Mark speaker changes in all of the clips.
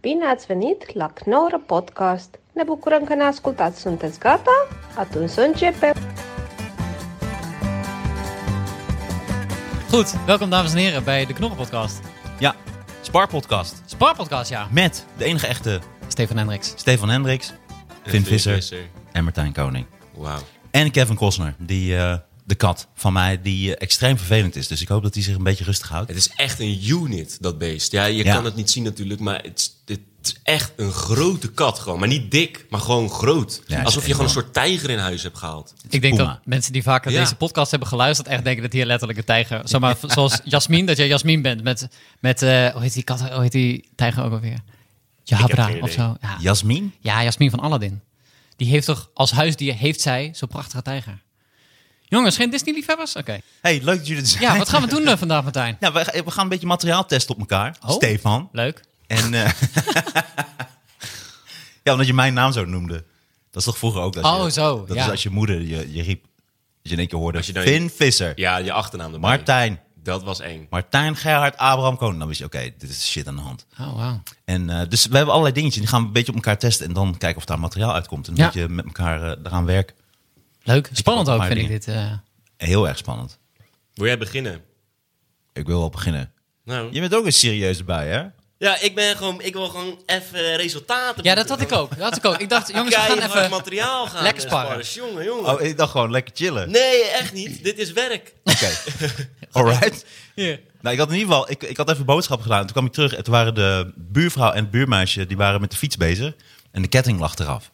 Speaker 1: Bine ați venit la Knorr Podcast! Ne bucurăm că ne ascultați! Sunteți gata? Atunci să începem!
Speaker 2: Goed, welkom dames en heren bij de Knorrenpodcast.
Speaker 3: Ja, Sparpodcast.
Speaker 2: Spaarpodcast, ja.
Speaker 3: Met de enige echte
Speaker 2: Stefan Hendricks.
Speaker 3: Stefan Hendricks, Vin Visser en Martijn Koning.
Speaker 4: Wauw.
Speaker 3: En Kevin Costner, die, eh, de kat van mij, die eh, extreem vervelend is. Dus ik hoop dat hij zich een beetje rustig houdt.
Speaker 4: Het is echt een unit, dat beest. Ja, je
Speaker 3: Ja.
Speaker 4: kan het niet zien natuurlijk, maar het is, het is echt een grote kat gewoon. Maar niet dik, maar gewoon groot.
Speaker 3: Ja, is
Speaker 4: Alsof je gewoon een
Speaker 3: enorm.
Speaker 4: soort tijger in huis hebt gehaald.
Speaker 2: Ik denk
Speaker 3: Puma.
Speaker 2: dat mensen die vaker
Speaker 4: Ja.
Speaker 2: deze podcast hebben geluisterd echt denken dat hier letterlijk een tijger... Zomaar, Zoals Jasmin, dat jij Jasmin bent met... met eh, hoe, heet die kat, hoe heet die tijger ook alweer? Jabra
Speaker 4: geen
Speaker 2: of
Speaker 4: idee.
Speaker 2: zo. Ja.
Speaker 3: Jasmin?
Speaker 2: ja, Jasmin van Aladdin. Die heeft toch als huisdier, heeft zij zo'n prachtige tijger. Jongens, geen Disney-liefhebbers? Oké.
Speaker 3: Hey, leuk dat jullie er zijn.
Speaker 2: Ja, wat gaan we doen eh, vandaag, Martijn?
Speaker 3: Nou, we, we gaan een beetje materiaal testen op elkaar.
Speaker 2: Oh.
Speaker 3: Stefan.
Speaker 2: Leuk.
Speaker 3: En, eh, ja, omdat je mijn naam zo noemde. Dat is toch vroeger ook? Dat
Speaker 2: Oh,
Speaker 3: je,
Speaker 2: zo,
Speaker 3: Dat
Speaker 2: ja.
Speaker 3: is als je moeder je, je riep. Dat je in één keer hoorde.
Speaker 4: Als je dan-
Speaker 3: Vin Visser.
Speaker 4: Ja, je achternaam erbij.
Speaker 3: Martijn.
Speaker 4: Dat was eng.
Speaker 3: Martijn Gerhard Abraham Koning. Dan wist je, oké, dit is shit aan de hand.
Speaker 2: Oh, wauw.
Speaker 3: En, eh, dus we hebben allerlei dingetjes. Die gaan we een beetje op elkaar testen. En dan kijken of daar materiaal uitkomt. En een
Speaker 2: Ja.
Speaker 3: beetje met elkaar eh, eraan werken.
Speaker 2: Leuk. Spannend ook,
Speaker 3: maar
Speaker 2: vind ik
Speaker 3: dingen.
Speaker 2: dit. eh.
Speaker 3: Heel erg spannend.
Speaker 4: Wil jij beginnen?
Speaker 3: Ik wil wel beginnen.
Speaker 4: Nou.
Speaker 3: Je bent ook een serieuze bij, hè?
Speaker 4: Ja, ik ben gewoon... Ik wil gewoon even resultaten.
Speaker 2: Ja, dat had ik ook. Dat had ik ook. Ik dacht, jongens, we gaan
Speaker 4: Keihard
Speaker 2: even...
Speaker 4: materiaal gaan
Speaker 2: lekker
Speaker 4: eh,
Speaker 2: sparren.
Speaker 4: Jongen, jongen.
Speaker 3: Oh, ik dacht gewoon lekker chillen.
Speaker 4: Nee, echt niet. Dit is werk.
Speaker 3: Oké. Alright.
Speaker 2: Hier.
Speaker 3: Nou, ik had in ieder geval, ik, ik had even boodschappen gedaan. Toen kwam ik terug en toen waren de buurvrouw en het buurmeisje, die waren met de fiets bezig. En de ketting lag eraf.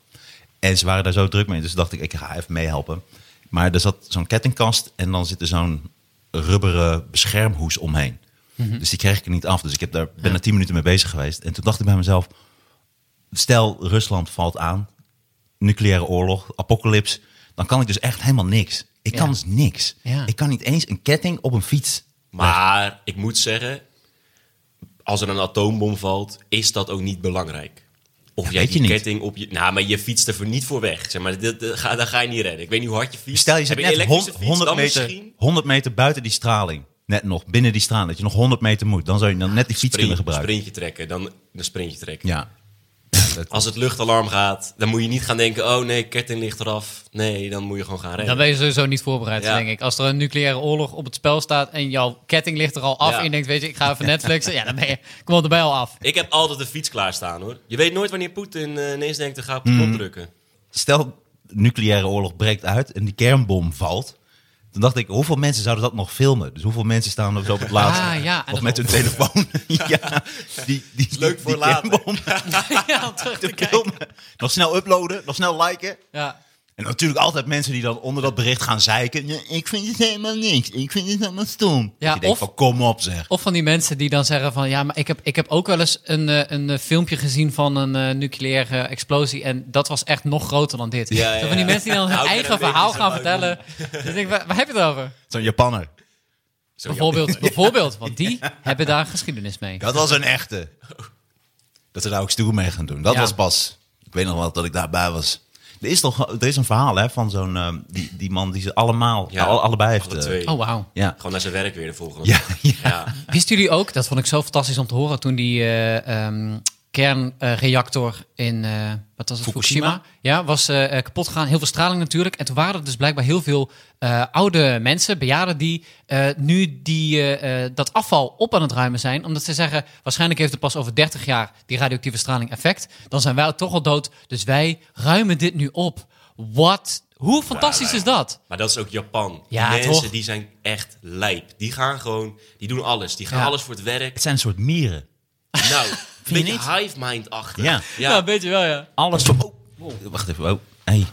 Speaker 3: En ze waren daar zo druk mee, dus dacht ik, ik ga even meehelpen. Maar er zat zo'n kettingkast en dan zit er zo'n rubberen beschermhoes omheen.
Speaker 2: Mhm.
Speaker 3: Dus die kreeg ik er niet af. Dus ik heb daar, ben er tien minuten mee bezig geweest. En toen dacht ik bij mezelf, stel Rusland valt aan, nucleaire oorlog, apocalyps, dan kan ik dus echt helemaal niks. Ik kan
Speaker 2: Ja.
Speaker 3: dus niks.
Speaker 2: Ja.
Speaker 3: Ik kan niet eens een ketting op een fiets
Speaker 4: Maar ik moet zeggen, als er een atoombom valt, is dat ook niet belangrijk. Of
Speaker 3: Ja,
Speaker 4: jij
Speaker 3: weet
Speaker 4: die
Speaker 3: je niet.
Speaker 4: ketting op je... Nou, maar je fietst er voor niet voor weg. Zeg maar, dit, dit- ga, daar ga je niet redden. Ik weet niet hoe hard je fietst.
Speaker 3: Stel je
Speaker 4: Heb
Speaker 3: zit
Speaker 4: een
Speaker 3: net
Speaker 4: elektrische
Speaker 3: hon-
Speaker 4: fiets,
Speaker 3: 100
Speaker 4: dan
Speaker 3: meter,
Speaker 4: misschien
Speaker 3: 100 meter buiten die straling. Net nog, binnen die straling. Dat je nog 100 meter moet. Dan zou je dan net die fiets kunnen
Speaker 4: een
Speaker 3: gebruiken.
Speaker 4: sprintje trekken. Dan een sprintje trekken.
Speaker 3: Ja.
Speaker 4: Als het luchtalarm gaat, dan moet je niet gaan denken... Oh nee, ketting ligt eraf. Nee, dan moet je gewoon gaan
Speaker 2: Dan
Speaker 4: rennen.
Speaker 2: ben je sowieso niet voorbereid,
Speaker 4: Ja.
Speaker 2: denk ik. Als er een nucleaire oorlog op het spel staat en jouw ketting ligt er al af
Speaker 4: Ja.
Speaker 2: en je denkt, weet je, ik ga even Netflixen. Ja, dan ben je, kom op, dan ben je al af.
Speaker 4: Ik heb altijd de fiets klaarstaan, hoor. Je weet nooit wanneer Poetin eh, ineens denkt... te gaan op de
Speaker 3: Mm.
Speaker 4: knop drukken.
Speaker 3: Stel, nucleaire oorlog breekt uit en die kernbom valt. Dan dacht ik, hoeveel mensen zouden dat nog filmen? Dus hoeveel mensen staan er zo op het laatste?
Speaker 2: Ah, ja, en
Speaker 3: of
Speaker 2: dat-
Speaker 3: met hun telefoon. ja, die, die,
Speaker 4: Leuk voor
Speaker 3: die
Speaker 4: later.
Speaker 3: kernbom
Speaker 2: ja, om terug te
Speaker 3: te
Speaker 2: kijken.
Speaker 3: filmen. Nog snel uploaden, nog snel liken.
Speaker 2: Ja.
Speaker 3: En natuurlijk altijd mensen die dan onder dat bericht gaan zeiken. Ja, ik vind het helemaal niks. Ik vind het helemaal stom.
Speaker 2: Ja,
Speaker 3: Ja, je denkt
Speaker 2: of-
Speaker 3: van, kom op zeg.
Speaker 2: Of van die mensen die dan zeggen van, ja, maar ik heb, ik heb ook wel eens een, eh, een eh, filmpje gezien van een eh, nucleaire explosie en dat was echt nog groter dan dit.
Speaker 4: Ja, ja,
Speaker 2: Zo van die
Speaker 4: ja.
Speaker 2: mensen die dan hun
Speaker 4: Hou ik er
Speaker 2: eigen
Speaker 4: een beetje
Speaker 2: verhaal
Speaker 4: zo
Speaker 2: gaan
Speaker 4: uit,
Speaker 2: vertellen. Dus ik denk, waar, waar heb je het over?
Speaker 3: Zo'n Japanner.
Speaker 4: Zo, ja.
Speaker 2: Bijvoorbeeld, bijvoorbeeld, want die hebben daar geschiedenis mee.
Speaker 3: Dat was een echte. Dat ze daar ook stoer mee gaan doen. Dat
Speaker 2: Ja.
Speaker 3: was pas. Ik weet nog wel dat ik daarbij was. Er is toch er is een verhaal hè, van zo'n ehm, die, die man die ze allemaal,
Speaker 4: Ja,
Speaker 3: al- allebei heeft.
Speaker 4: alle
Speaker 3: eh,
Speaker 4: twee.
Speaker 2: Oh, wauw.
Speaker 3: ja.
Speaker 4: Gewoon naar zijn werk weer de volgende
Speaker 3: Ja,
Speaker 4: dag.
Speaker 3: ja.
Speaker 4: ja.
Speaker 2: Wisten jullie ook, dat vond ik zo fantastisch om te horen toen die eh, ehm, kernreactor in eh, wat was het, Fukushima,
Speaker 3: Fukushima?
Speaker 2: ja, was eh, eh, kapot gegaan. Heel veel straling natuurlijk. En toen waren er dus blijkbaar heel veel eh, oude mensen, bejaarden, die eh, nu die, eh, eh, dat afval op aan het ruimen zijn. Omdat ze zeggen, waarschijnlijk heeft het pas over 30 jaar die radioactieve straling effect. Dan zijn wij toch al dood, dus wij ruimen dit nu op. Wat? Hoe fantastisch is dat?
Speaker 4: Maar dat is ook Japan.
Speaker 2: Ja,
Speaker 4: die mensen
Speaker 2: toch?
Speaker 4: die zijn echt lijp. Die gaan gewoon, die doen alles. Die gaan
Speaker 2: Ja.
Speaker 4: alles voor het werk.
Speaker 3: Het zijn een soort mieren.
Speaker 4: Nou, een beetje
Speaker 3: niet?
Speaker 4: hive mind achter.
Speaker 3: Ja.
Speaker 2: Ja, Nou, een beetje wel, ja.
Speaker 3: Alles voor. Oh, wacht even. Oh, hey.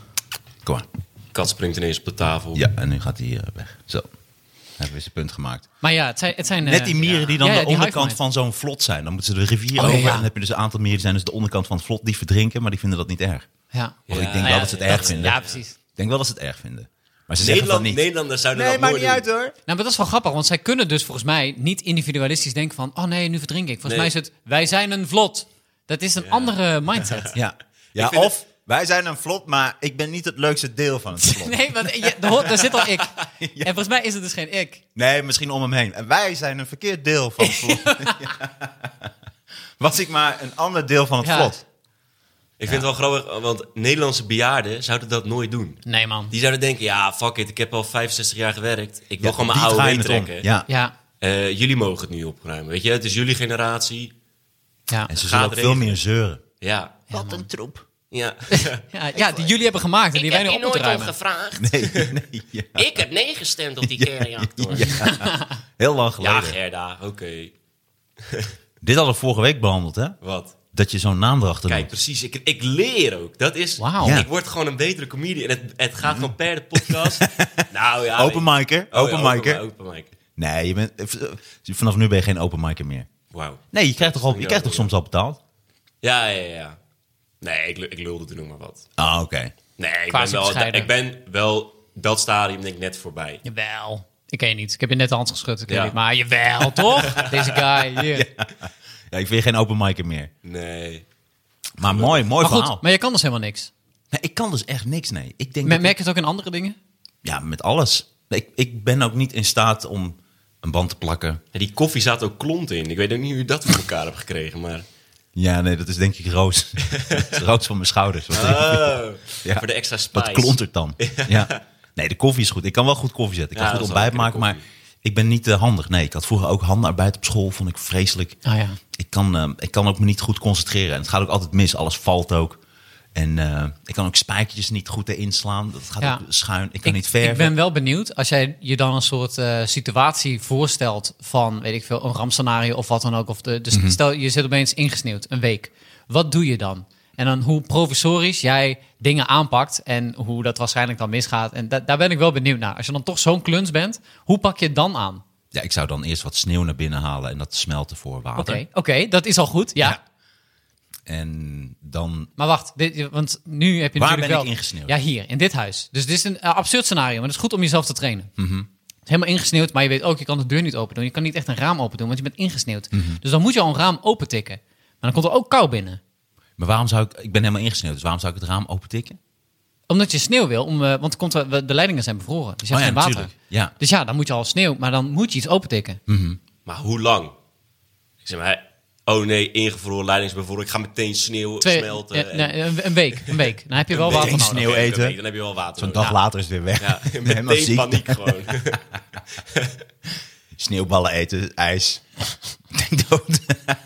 Speaker 3: Kom maar.
Speaker 4: Kat springt ineens op de tafel.
Speaker 3: Ja, en nu gaat hij eh, weg. Zo. Hebben we zijn punt gemaakt.
Speaker 2: Maar ja, het zijn... Het zijn
Speaker 3: Net
Speaker 2: eh,
Speaker 3: die mieren die dan
Speaker 2: ja, ja,
Speaker 3: de
Speaker 2: die
Speaker 3: onderkant
Speaker 2: hive mind.
Speaker 3: van zo'n vlot zijn. Dan moeten ze de rivier
Speaker 2: Oh,
Speaker 3: over.
Speaker 2: ja.
Speaker 3: En dan heb je dus een aantal mieren die zijn dus de onderkant van het vlot. Die verdrinken, maar die vinden dat niet erg.
Speaker 2: Ja.
Speaker 3: Want
Speaker 4: Ja,
Speaker 3: ik denk
Speaker 2: ja,
Speaker 3: wel dat ze het
Speaker 2: dat-
Speaker 3: erg vinden.
Speaker 2: ja, precies.
Speaker 3: Ik denk wel dat ze het erg vinden. Maar ze zeggen dat
Speaker 4: Nederland,
Speaker 3: niet.
Speaker 4: Nederlanders zouden dat nooit doen.
Speaker 3: hoor.
Speaker 2: Nou, maar dat is wel grappig, want zij kunnen dus volgens mij niet individualistisch denken van, oh nee, nu verdrink ik. Volgens
Speaker 4: Nee.
Speaker 2: mij is het, wij zijn een vlot. Dat is een andere mindset.
Speaker 3: Ja, ja
Speaker 4: Ik vind
Speaker 3: of wij zijn een vlot, maar ik ben niet het leukste deel van het vlot. nee.
Speaker 2: Nee, want je, daar hoort- daar zit al ik. En volgens mij is het dus geen ik.
Speaker 3: misschien om hem heen. En wij zijn een verkeerd deel van het vlot. Was ik maar een ander deel van het
Speaker 2: Ja.
Speaker 3: vlot.
Speaker 4: Ik vind het wel grappig, want Nederlandse bejaarden zouden dat nooit doen.
Speaker 2: Nee, man.
Speaker 4: Die zouden denken, ja, fuck it, ik heb al 65 jaar gewerkt. Ik wil
Speaker 3: Ja,
Speaker 4: gewoon
Speaker 3: die
Speaker 4: mijn
Speaker 3: draaien
Speaker 4: oude
Speaker 3: het om.
Speaker 4: trekken.
Speaker 3: Ja.
Speaker 2: Ja,
Speaker 4: Eh, jullie mogen het nu opruimen. Weet je, het is jullie generatie.
Speaker 2: ja.
Speaker 3: En ze
Speaker 4: Gaat
Speaker 3: zullen ook veel
Speaker 4: regenen.
Speaker 3: meer zeuren.
Speaker 4: Ja. Wat een troep. Ja.
Speaker 2: ja, ja, die jullie hebben gemaakt en die wij nu op moeten ruimen.
Speaker 5: gevraagd.
Speaker 3: Nee, nee, ja.
Speaker 5: Ik heb nee gestemd op die kernreactor.
Speaker 3: Heel lang
Speaker 4: ja,
Speaker 3: geleden.
Speaker 4: Gerda, oké.
Speaker 3: Dit hadden we vorige week behandeld, hè?
Speaker 4: Wat?
Speaker 3: Dat je zo'n naam erachter
Speaker 4: Kijk,
Speaker 3: doet.
Speaker 4: precies. Ik, ik leer ook. Dat is...
Speaker 2: Wauw.
Speaker 3: Ja.
Speaker 4: Ik word gewoon een betere comedian. En het, het gaat gewoon per de podcast. nou ja.
Speaker 3: Open micer,
Speaker 4: Oh ja,
Speaker 3: open micer.
Speaker 4: Open mic.
Speaker 3: Nee, je bent, eh, vanaf nu ben je geen open micer meer.
Speaker 4: Wauw.
Speaker 3: Nee, je krijgt toch, al, je
Speaker 4: Ja,
Speaker 3: krijgt toch
Speaker 4: ja.
Speaker 3: soms al betaald?
Speaker 4: Ja, ja, ja. Nee, ik, lu- ik lulde toen nog maar wat.
Speaker 3: Ah, oké.
Speaker 4: Nee, ik
Speaker 2: Quasi
Speaker 4: ben, wel,
Speaker 2: bescheiden.
Speaker 4: ik ben wel dat stadium denk ik net voorbij.
Speaker 2: Jawel. Ik ken je niet. Ik heb je net de hand geschud. Ik weet
Speaker 4: Ja.
Speaker 2: niet. Maar jawel, toch? Deze guy. hier.
Speaker 3: Ja, ik vind geen open micer meer.
Speaker 4: Nee.
Speaker 3: Maar mooi, mooi
Speaker 2: Maar
Speaker 3: verhaal.
Speaker 2: goed, maar je kan dus helemaal niks.
Speaker 3: Nee, ik kan dus echt niks, nee. Ik denk
Speaker 2: Mer-
Speaker 3: dat ik-
Speaker 2: Merk je het ook in andere dingen?
Speaker 3: ja, met alles. Nee, Ik, ik ben ook niet in staat om een band te plakken.
Speaker 4: Ja, die koffie zat ook klont in. Ik weet ook niet hoe je dat voor elkaar hebt gekregen, maar...
Speaker 3: Ja, nee, dat is denk ik roos. Dat is roos van mijn schouders. Wat
Speaker 4: Oh,
Speaker 3: Ja.
Speaker 4: Voor de extra spice.
Speaker 3: Dat klontert dan. Ja. Nee, de koffie is goed. Ik kan wel goed koffie zetten. Ik kan
Speaker 4: Ja,
Speaker 3: goed
Speaker 4: dat is wel
Speaker 3: ontbijt maken, maar
Speaker 4: lekkere
Speaker 3: ik ben niet eh, handig. Nee, ik had vroeger ook handarbeid op school. Vond ik vreselijk.
Speaker 2: Ah, ja.
Speaker 3: ik, kan, eh, ik kan ook me niet goed concentreren. En het gaat ook altijd mis. Alles valt ook. En eh, ik kan ook spijkertjes niet goed erin slaan. Dat gaat
Speaker 2: Ja.
Speaker 3: ook schuin. Ik kan niet
Speaker 2: ik,
Speaker 3: verven.
Speaker 2: ik ben wel benieuwd als jij je dan een soort eh, situatie voorstelt van, weet ik veel, een rampscenario of wat dan ook. Of de, dus
Speaker 3: Mhm.
Speaker 2: stel je zit opeens ingesneeuwd, een week. Wat doe je dan? En dan hoe provisorisch jij dingen aanpakt en hoe dat waarschijnlijk dan misgaat. En da- daar ben ik wel benieuwd naar. Als je dan toch zo'n kluns bent, hoe pak je het dan aan?
Speaker 3: Ja, ik zou dan eerst wat sneeuw naar binnen halen en dat smelten voor water.
Speaker 2: Oké, oké, dat is al goed, ja.
Speaker 3: Ja. En dan
Speaker 2: Maar wacht, dit, want nu heb je
Speaker 3: Waar
Speaker 2: natuurlijk
Speaker 3: ben
Speaker 2: wel...
Speaker 3: ik ingesneeuwd?
Speaker 2: Ja, hier, in dit huis. Dus dit is een eh, absurd scenario, maar het is goed om jezelf te trainen. Het is helemaal ingesneeuwd, maar je weet ook, je kan de deur niet open doen. Je kan niet echt een raam open doen, want je bent ingesneeuwd. Dus dan moet je al een raam open tikken. Maar dan komt er ook kou binnen.
Speaker 3: Maar waarom zou ik... Ik ben helemaal ingesneeuwd, dus waarom zou ik het raam open tikken?
Speaker 2: Omdat je sneeuw wil, om, eh, want er komt, er- de leidingen zijn bevroren. Dus je hebt
Speaker 3: Oh ja,
Speaker 2: geen water.
Speaker 3: natuurlijk, ja.
Speaker 2: Dus ja, dan moet je al sneeuw, maar dan moet je iets open tikken.
Speaker 4: Maar hoe lang? Ik zeg maar, oh nee, ingevroren leidingsbevroren. Ik ga meteen sneeuw
Speaker 2: Twee-
Speaker 4: smelten.
Speaker 2: eh,
Speaker 4: en-
Speaker 2: nee, een, een week, een week. Dan heb je wel
Speaker 4: Een
Speaker 2: water
Speaker 4: week
Speaker 2: nodig.
Speaker 3: sneeuw
Speaker 4: Oké, oké,
Speaker 3: eten.
Speaker 4: Dan heb je wel water
Speaker 3: Zo'n
Speaker 4: nodig.
Speaker 3: dag later is het weer weg.
Speaker 4: Ja,
Speaker 3: Ik ben helemaal
Speaker 4: meteen
Speaker 3: ziek.
Speaker 4: paniek gewoon.
Speaker 3: Sneeuwballen eten, ijs. Ik denk dood.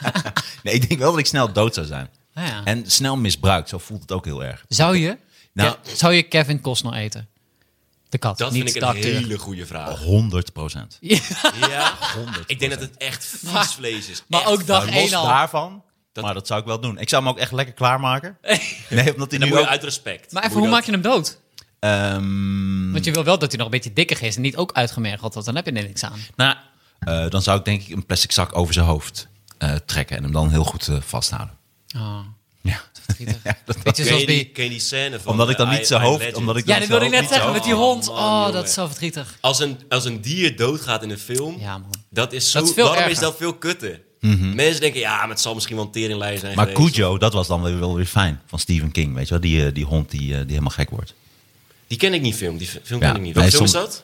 Speaker 3: nee, ik denk wel dat ik snel dood zou zijn.
Speaker 2: Ah, ja.
Speaker 3: En snel misbruikt, zo voelt het ook heel erg.
Speaker 2: Zou je,
Speaker 3: Nou-
Speaker 2: Ke- zou je Kevin Costner eten? De kat,
Speaker 4: Dat
Speaker 2: niet
Speaker 4: vind ik
Speaker 2: de
Speaker 4: een
Speaker 2: acteur.
Speaker 4: hele goede vraag.
Speaker 3: 100 procent.
Speaker 4: Ja, ik denk dat het echt vies vlees is.
Speaker 2: Oh. Maar
Speaker 4: Echt
Speaker 2: ook dag
Speaker 4: vies.
Speaker 2: één
Speaker 3: Nou, Los
Speaker 2: al.
Speaker 3: daarvan, maar dat zou ik wel doen. Ik zou hem ook echt lekker klaarmaken. Nee, omdat hij
Speaker 4: Dan
Speaker 3: nu
Speaker 4: moet je
Speaker 3: ook...
Speaker 4: uit respect.
Speaker 2: Maar even, hoe maak je hem dood?
Speaker 3: Ehm,
Speaker 2: Want je wil wel dat hij nog een beetje dikker is en niet ook uitgemergeld, want dan heb je er niks aan.
Speaker 3: nou, eh, dan zou ik denk ik een plastic zak over zijn hoofd eh, trekken en hem dan heel goed eh, vasthouden.
Speaker 2: Oh,
Speaker 3: Ja.
Speaker 2: verdrietig.
Speaker 3: Ja, dat-
Speaker 2: Beetje
Speaker 4: Ken
Speaker 2: zoals
Speaker 4: je die,
Speaker 2: die...
Speaker 4: ken je die scène van...
Speaker 3: Omdat ik dan
Speaker 4: eh,
Speaker 3: niet
Speaker 4: I-
Speaker 3: zijn
Speaker 4: I
Speaker 3: hoofd-
Speaker 4: Legend?
Speaker 3: omdat ik-
Speaker 2: Ja, dat wilde ik net
Speaker 3: Oh,
Speaker 2: zeggen, met die hond.
Speaker 4: man,
Speaker 2: Oh, dat
Speaker 4: jongen.
Speaker 2: is zo verdrietig.
Speaker 4: Als een, als een dier doodgaat in een film,
Speaker 2: Ja, man.
Speaker 4: dat is zo...
Speaker 2: Dat is veel
Speaker 4: daarom
Speaker 2: erger.
Speaker 4: is dat veel kutter. Mensen denken, ja, maar het zal misschien wel een teringlijn zijn
Speaker 3: Mhm. Maar
Speaker 4: geweest.
Speaker 3: Cujo, dat was dan weer- wel weer fijn van Stephen King, weet je wel? Die, eh, die hond die, eh, die helemaal gek wordt.
Speaker 4: Die ken ik niet, film. Die film
Speaker 3: Ja,
Speaker 4: ken ik niet.
Speaker 3: hij
Speaker 4: Welke
Speaker 3: is
Speaker 4: film is
Speaker 3: soms-
Speaker 4: dat?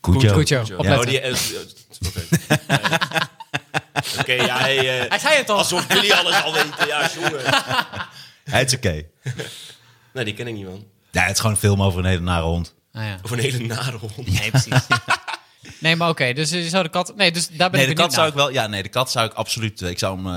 Speaker 3: Cujo.
Speaker 2: Cujo.
Speaker 4: Ja,
Speaker 2: Opletten.
Speaker 4: oh, die... eh, eh, Oké. Oké, ja, hij... eh,
Speaker 2: Hij zei het al.
Speaker 4: Alsof jullie alles al weten. Ja, jongen.
Speaker 3: Het is oké.
Speaker 4: Nee, die ken ik niet, man.
Speaker 3: Ja, het is gewoon een film over een hele nare hond.
Speaker 2: Ah, ja.
Speaker 4: Of een hele nare hond.
Speaker 2: Nee, precies. nee, maar oké, dus je zou de kat... Nee, dus daar ben
Speaker 3: Nee, de
Speaker 2: ik
Speaker 3: kat
Speaker 2: benieuwd
Speaker 3: zou
Speaker 2: naar.
Speaker 3: ik wel. Ja, nee, de kat zou ik absoluut. eh, Ik zou hem. eh,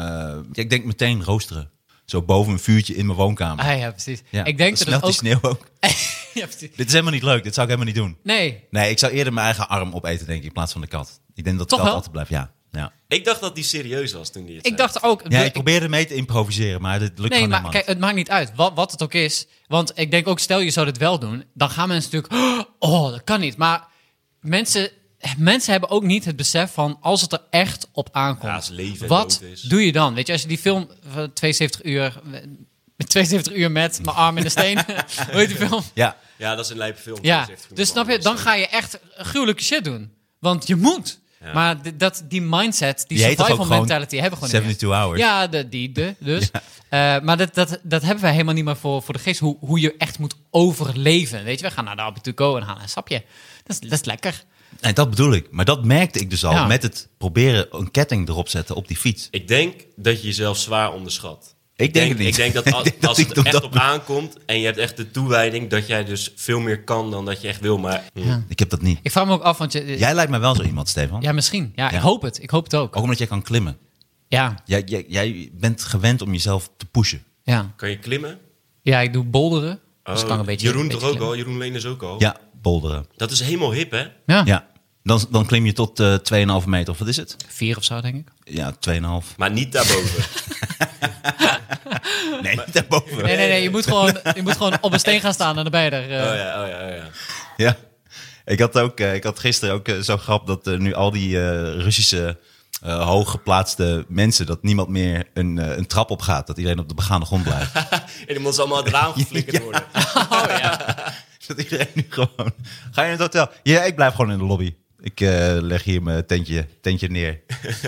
Speaker 3: ja, ik denk meteen roosteren. Zo boven een vuurtje in mijn woonkamer.
Speaker 2: Ah, ja, precies.
Speaker 3: Ja,
Speaker 2: ik denk
Speaker 3: dan
Speaker 2: dat het ook...
Speaker 3: smelt die sneeuw ook.
Speaker 2: ja, precies.
Speaker 3: Dit is helemaal niet leuk. Dit zou ik helemaal niet doen.
Speaker 2: Nee,
Speaker 3: Nee, ik zou eerder mijn eigen arm opeten, denk ik, in plaats van de kat. Ik denk dat de
Speaker 2: Toch
Speaker 3: kat
Speaker 2: wel?
Speaker 3: altijd blijft. Ja. ja.
Speaker 4: Ik dacht dat die serieus was toen die het
Speaker 2: ik
Speaker 4: zei.
Speaker 2: dacht ook...
Speaker 3: ja ik probeerde mee te improviseren, maar dit lukt
Speaker 2: Nee,
Speaker 3: gewoon
Speaker 2: maar
Speaker 3: helemaal
Speaker 2: kijk, het maakt niet uit wat, wat het ook is. Want ik denk ook, stel je zou dit wel doen, dan gaan mensen natuurlijk, oh, dat kan niet. Maar mensen, mensen hebben ook niet het besef van, als het er echt op
Speaker 4: Ja,
Speaker 2: aankomt,
Speaker 4: als leven en
Speaker 2: wat
Speaker 4: dood is.
Speaker 2: doe je dan? Weet je, als je die film van 72 uur, eh, met 72 uur met mijn arm in de steen, hoe heet die film?
Speaker 3: niet. Ja.
Speaker 4: Ja, dat is een lijpe film.
Speaker 2: Ja,
Speaker 4: Dat is echt
Speaker 2: dus snap je, dan ga je echt gruwelijke shit doen. Want je moet. Maar d- dat, die mindset, die,
Speaker 3: Die heet toch
Speaker 2: survival
Speaker 3: ook gewoon
Speaker 2: mentality hebben we gewoon niet meer.
Speaker 3: 72 hours.
Speaker 2: Ja, de, die, de, dus. Eh, maar dat, dat, dat hebben wij helemaal niet meer voor, voor de geest. Hoe, hoe je echt moet overleven. Weet je, we gaan naar de Abituco en halen een sapje. Dat is, dat is lekker.
Speaker 3: En dat bedoel ik. Maar dat merkte ik dus al
Speaker 2: Ja.
Speaker 3: met het proberen een ketting erop zetten op die fiets.
Speaker 4: Ik denk dat je jezelf zwaar onderschat.
Speaker 3: Ik denk het niet.
Speaker 4: Ik denk dat
Speaker 3: Ik
Speaker 4: als,
Speaker 3: denk dat
Speaker 4: als
Speaker 3: ik
Speaker 4: het
Speaker 3: op
Speaker 4: echt
Speaker 3: dat-
Speaker 4: op aankomt en je hebt echt de toewijding, dat jij dus veel meer kan dan dat je echt wil. Maar hm,
Speaker 3: Ik heb dat niet.
Speaker 2: Ik vraag me ook af, want je,
Speaker 3: Jij lijkt me wel zo iemand, Stefan.
Speaker 2: ja, misschien. Ja,
Speaker 3: Ja.
Speaker 2: ik hoop het. Ik hoop het ook.
Speaker 3: Ook omdat jij kan klimmen.
Speaker 2: Ja,
Speaker 3: Jij, jij, jij bent gewend om jezelf te pushen.
Speaker 2: ja.
Speaker 4: kan je klimmen?
Speaker 2: Ja, ik doe bolderen. Dus ik kan
Speaker 4: Oh,
Speaker 2: een beetje,
Speaker 4: Jeroen
Speaker 2: een
Speaker 4: toch
Speaker 2: beetje
Speaker 4: ook
Speaker 2: klimmen.
Speaker 4: al? Jeroen Leen is ook al?
Speaker 3: Ja, boulderen.
Speaker 4: Dat is helemaal hip, hè?
Speaker 2: Ja,
Speaker 3: Ja. Dan, dan klim je tot eh 2,5 meter, of wat is het?
Speaker 2: vier of zo, denk ik.
Speaker 3: Ja, 2,5.
Speaker 4: Maar niet daarboven.
Speaker 3: Nee, niet daarboven.
Speaker 2: Nee, nee, nee. Je moet gewoon, je moet gewoon op een steen gaan staan en dan ben je er. eh.
Speaker 4: Oh ja, oh ja, oh ja.
Speaker 3: Ja. Ik had, ook, eh, ik had gisteren ook eh, zo'n grap dat eh, nu al die eh, Russische eh, hooggeplaatste mensen, dat niemand meer een, eh, een trap op gaat. Dat iedereen op de begaande grond blijft.
Speaker 4: En dan moet ze allemaal uit het raam geflikkerd worden.
Speaker 3: dat iedereen nu gewoon. Ga je in het hotel? Ja, ik blijf gewoon in de lobby. Ik eh, leg hier mijn tentje, tentje neer.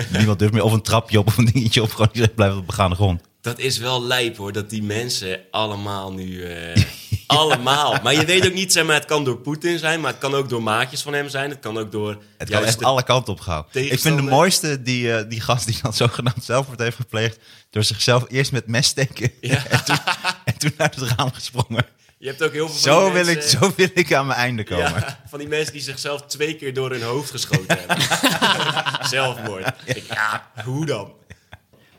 Speaker 3: niemand durft meer of een trapje op of een dingetje op. Gewoon iedereen blijft op de begaande grond.
Speaker 4: Dat is wel lijp hoor, dat die mensen allemaal nu. eh, Allemaal. Maar je weet ook niet, zeg maar, het kan door Poetin zijn, maar het kan ook door maatjes van hem zijn. Het kan ook door.
Speaker 3: Het kan
Speaker 4: juist
Speaker 3: echt
Speaker 4: dus de-
Speaker 3: alle kanten op gaan. Ik vind de
Speaker 4: tegenstander.
Speaker 3: mooiste die, eh, die gast die dan zogenaamd zelfmoord heeft gepleegd. door zichzelf eerst met mes steken. en, toen, en toen uit het raam gesprongen.
Speaker 4: Je hebt ook heel veel. van
Speaker 3: Zo
Speaker 4: die
Speaker 3: wil, ik,
Speaker 4: mensen-
Speaker 3: zo wil ik aan mijn einde komen.
Speaker 4: Ja, Nou, van die mensen die zichzelf twee keer door hun hoofd geschoten hebben. Zelfmoord. Ik, ja, hoe dan?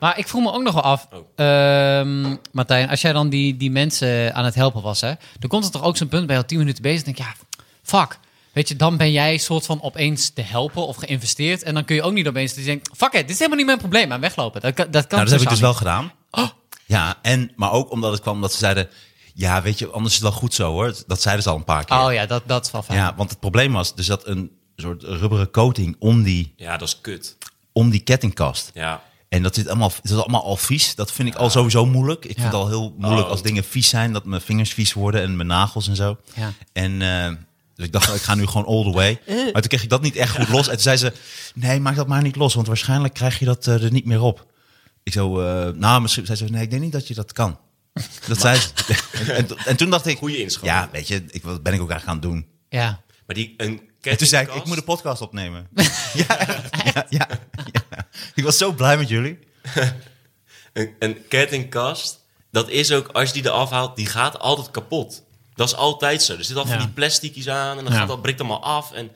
Speaker 2: Maar ik vroeg me ook nog wel af,
Speaker 4: Oh.
Speaker 2: ehm, Martijn, als jij dan die, die mensen aan het helpen was, hè, dan komt er toch ook zo'n punt bij al tien minuten bezig. Denk je, ja, fuck. Weet je, dan ben jij soort van opeens te helpen of geïnvesteerd. En dan kun je ook niet opeens die denken, fuck it, dit is helemaal niet mijn probleem. En weglopen. Dat, kan- dat kan
Speaker 3: Nou, dat heb ik dus
Speaker 2: totaal
Speaker 3: wel gedaan.
Speaker 4: Oh.
Speaker 3: Ja, en, maar ook omdat het kwam dat ze zeiden... Ja, weet je, anders is het wel goed zo hoor. Dat zeiden ze al een paar keer.
Speaker 4: Ah,
Speaker 2: niet. Oh ja, dat, dat is wel fijn.
Speaker 3: Ja, want het probleem was, er zat een soort rubberen coating om die,
Speaker 4: Ja, dat is kut.
Speaker 3: om die kettingkast.
Speaker 4: Ja.
Speaker 3: En dat zit allemaal, dat is allemaal al vies. Dat vind ik al sowieso moeilijk. Ik vind het al heel moeilijk
Speaker 4: Oh.
Speaker 3: als dingen vies zijn. Dat mijn vingers vies worden en mijn nagels en zo.
Speaker 2: Ja.
Speaker 3: En eh, dus ik dacht, ik ga nu gewoon all the way.
Speaker 4: Eh.
Speaker 3: Maar toen kreeg ik dat niet echt goed los. En toen zei ze, nee, maak dat maar niet los. Want waarschijnlijk krijg je dat eh, er niet meer op. Ik zo, eh, nou, misschien... Zij zei, nee, ik denk niet dat je dat kan. Dat zei ze. En, en, en toen dacht ik...
Speaker 4: Goeie inschatting.
Speaker 3: Ja, weet je, ik, wat ben ik ook eigenlijk aan het doen?
Speaker 2: Ja.
Speaker 4: Maar die een
Speaker 3: En toen zei ik, ik
Speaker 4: kettingkast-
Speaker 3: moet een podcast opnemen. ja, echt? ja, ja, ja. Ik was zo blij met jullie.
Speaker 4: Een, een kettingkast, dat is ook, als je die eraf haalt, die gaat altijd kapot. Dat is altijd zo. Er zit al
Speaker 2: Ja.
Speaker 4: van die plasticjes aan en dan
Speaker 2: Ja.
Speaker 4: gaat dat, breekt allemaal af. En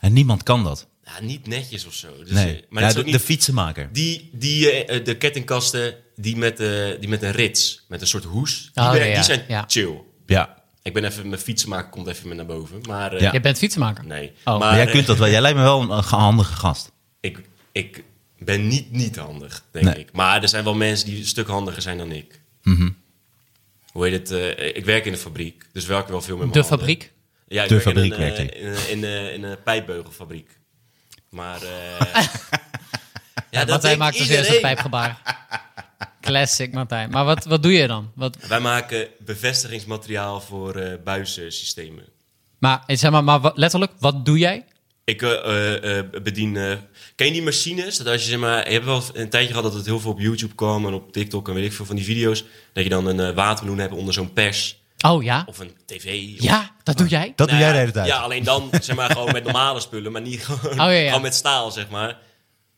Speaker 3: En niemand kan dat.
Speaker 4: ja, niet netjes of zo. Dus,
Speaker 3: Nee,
Speaker 4: eh, Maar
Speaker 3: ja,
Speaker 4: dat is
Speaker 3: de,
Speaker 4: ook niet,
Speaker 3: de fietsenmaker.
Speaker 4: die, die, eh, eh, de kettingkasten die met, eh, die met een rits, met een soort hoes, die,
Speaker 2: Oh,
Speaker 4: ben-
Speaker 2: ja,
Speaker 4: die zijn
Speaker 2: ja.
Speaker 4: chill.
Speaker 3: Ja.
Speaker 4: Ik ben even, mijn fietsenmaker komt even met naar boven. Maar eh,
Speaker 3: Ja.
Speaker 2: Je bent fietsenmaker.
Speaker 4: nee.
Speaker 2: Oh.
Speaker 4: Maar,
Speaker 3: Maar jij
Speaker 4: eh,
Speaker 3: kunt dat wel. Jij lijkt me wel een, een handige gast.
Speaker 4: ik, ik ben niet niet handig, denk
Speaker 3: Nee. Mhm.
Speaker 4: ik. Maar er zijn wel mensen die een stuk handiger zijn dan ik. Hoe heet het? eh, ik werk in de fabriek, dus werk ik wel veel met mijn
Speaker 2: De
Speaker 4: handen.
Speaker 2: fabriek.
Speaker 4: Ja, ik
Speaker 3: De
Speaker 4: werk
Speaker 3: fabriek
Speaker 4: in een, eh,
Speaker 3: werkt hij.
Speaker 4: in, een- in, een- in een pijpbeugelfabriek. Maar eh, ja, dat
Speaker 2: Martijn
Speaker 4: denkt
Speaker 2: maakt dus eerst een
Speaker 4: iedereen.
Speaker 2: pijpgebaar. Classic Martijn. Maar wat, wat doe je dan? Wat,
Speaker 4: Wij maken bevestigingsmateriaal voor eh buizensystemen.
Speaker 2: maar eh, zeg maar, maar wat- letterlijk, wat doe jij?
Speaker 4: Ik eh, eh, eh, bedien. eh, ken je die machines? Dat als je zeg maar. Je hebt wel een tijdje gehad dat het heel veel op YouTube kwam en op TikTok en weet ik veel van die video's. Dat je dan een eh, watermeloen hebt onder zo'n pers.
Speaker 2: Oh ja?
Speaker 4: Of een tv. of-
Speaker 2: Ja, dat doe jij?
Speaker 3: Dat doe
Speaker 4: Nou
Speaker 3: jij
Speaker 4: ja,
Speaker 3: de hele tijd.
Speaker 4: Ja, alleen dan zeg maar gewoon met normale spullen, maar niet gewoon,
Speaker 2: Oh, ja, ja.
Speaker 4: gewoon met staal zeg maar.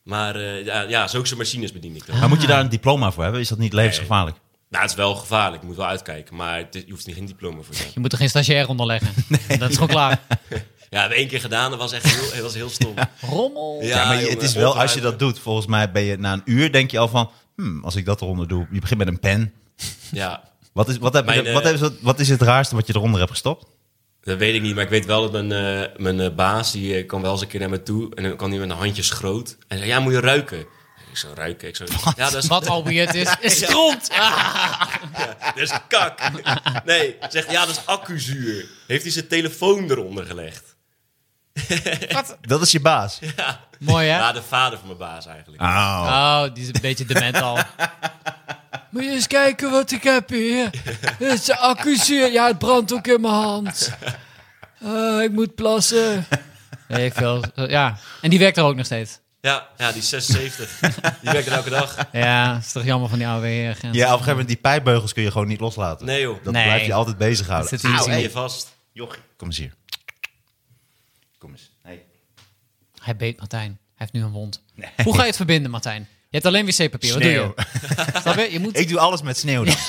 Speaker 4: Maar eh, ja, ja, zulke machines bedien ik dan.
Speaker 3: Maar moet je daar een diploma voor hebben? Is dat niet levensgevaarlijk?
Speaker 4: Nou, het is wel gevaarlijk, je moet wel uitkijken, maar het is- je hoeft niet geen diploma voor te hebben.
Speaker 2: Je moet er geen stagiair onder leggen. Dat is gewoon klaar.
Speaker 4: Ja, hebben we één keer gedaan, dat was echt heel, dat was heel stom.
Speaker 2: Rommel.
Speaker 3: Ja, maar je-
Speaker 4: jongen,
Speaker 3: het is wel, als je
Speaker 4: opruimen.
Speaker 3: dat doet, volgens mij ben je na een uur, denk je al van, hmm, als ik dat eronder doe. Je begint met een pen.
Speaker 4: Ja,
Speaker 3: Wat is, wat heb je-
Speaker 4: Mijn, eh,
Speaker 3: wat is, het- wat is het raarste wat je eronder hebt gestopt?
Speaker 4: Dat weet ik niet, maar ik weet wel dat mijn, eh, mijn eh, baas, die eh, kwam wel eens een keer naar me toe. En dan kwam hij met de handjes groot. En zei, ja, moet je ruiken? Ik zou ruiken. Ik zou, ja, dat is,
Speaker 2: Wat al wie het is, is stront.
Speaker 4: dat is kak. Nee, zegt, ja, dat is accuzuur. Heeft hij zijn telefoon eronder gelegd?
Speaker 3: Dat is je baas.
Speaker 2: Mooi hè?
Speaker 4: Ja, de vader van mijn baas eigenlijk.
Speaker 3: Oh.
Speaker 2: Oh, die is een beetje dement al. Moet je eens kijken wat ik heb hier. Dit is de accuzuur. Ja, het brandt ook in mijn hand. Eh, ik moet plassen. Nee, ik veel. Ja, en die werkt er ook nog steeds.
Speaker 4: Ja, ja die is 76. Die werkt er elke dag.
Speaker 2: Ja, is toch jammer van die oude heer.
Speaker 3: Ja, op een gegeven moment, die pijpbeugels kun je gewoon niet loslaten.
Speaker 4: Nee, joh.
Speaker 3: Dat
Speaker 2: Nee.
Speaker 3: blijf je altijd bezighouden.
Speaker 2: Dat zit hier
Speaker 4: Hou
Speaker 2: zien.
Speaker 4: je vast.
Speaker 3: Jochie, kom eens hier. Kom eens. Hey.
Speaker 2: Hij beet Martijn. Hij heeft nu een wond. Hoe ga je het verbinden, Martijn? Je hebt alleen wc-papier. Wat doe je? Snap je? Je moet...
Speaker 3: Ik doe alles met sneeuw. dus.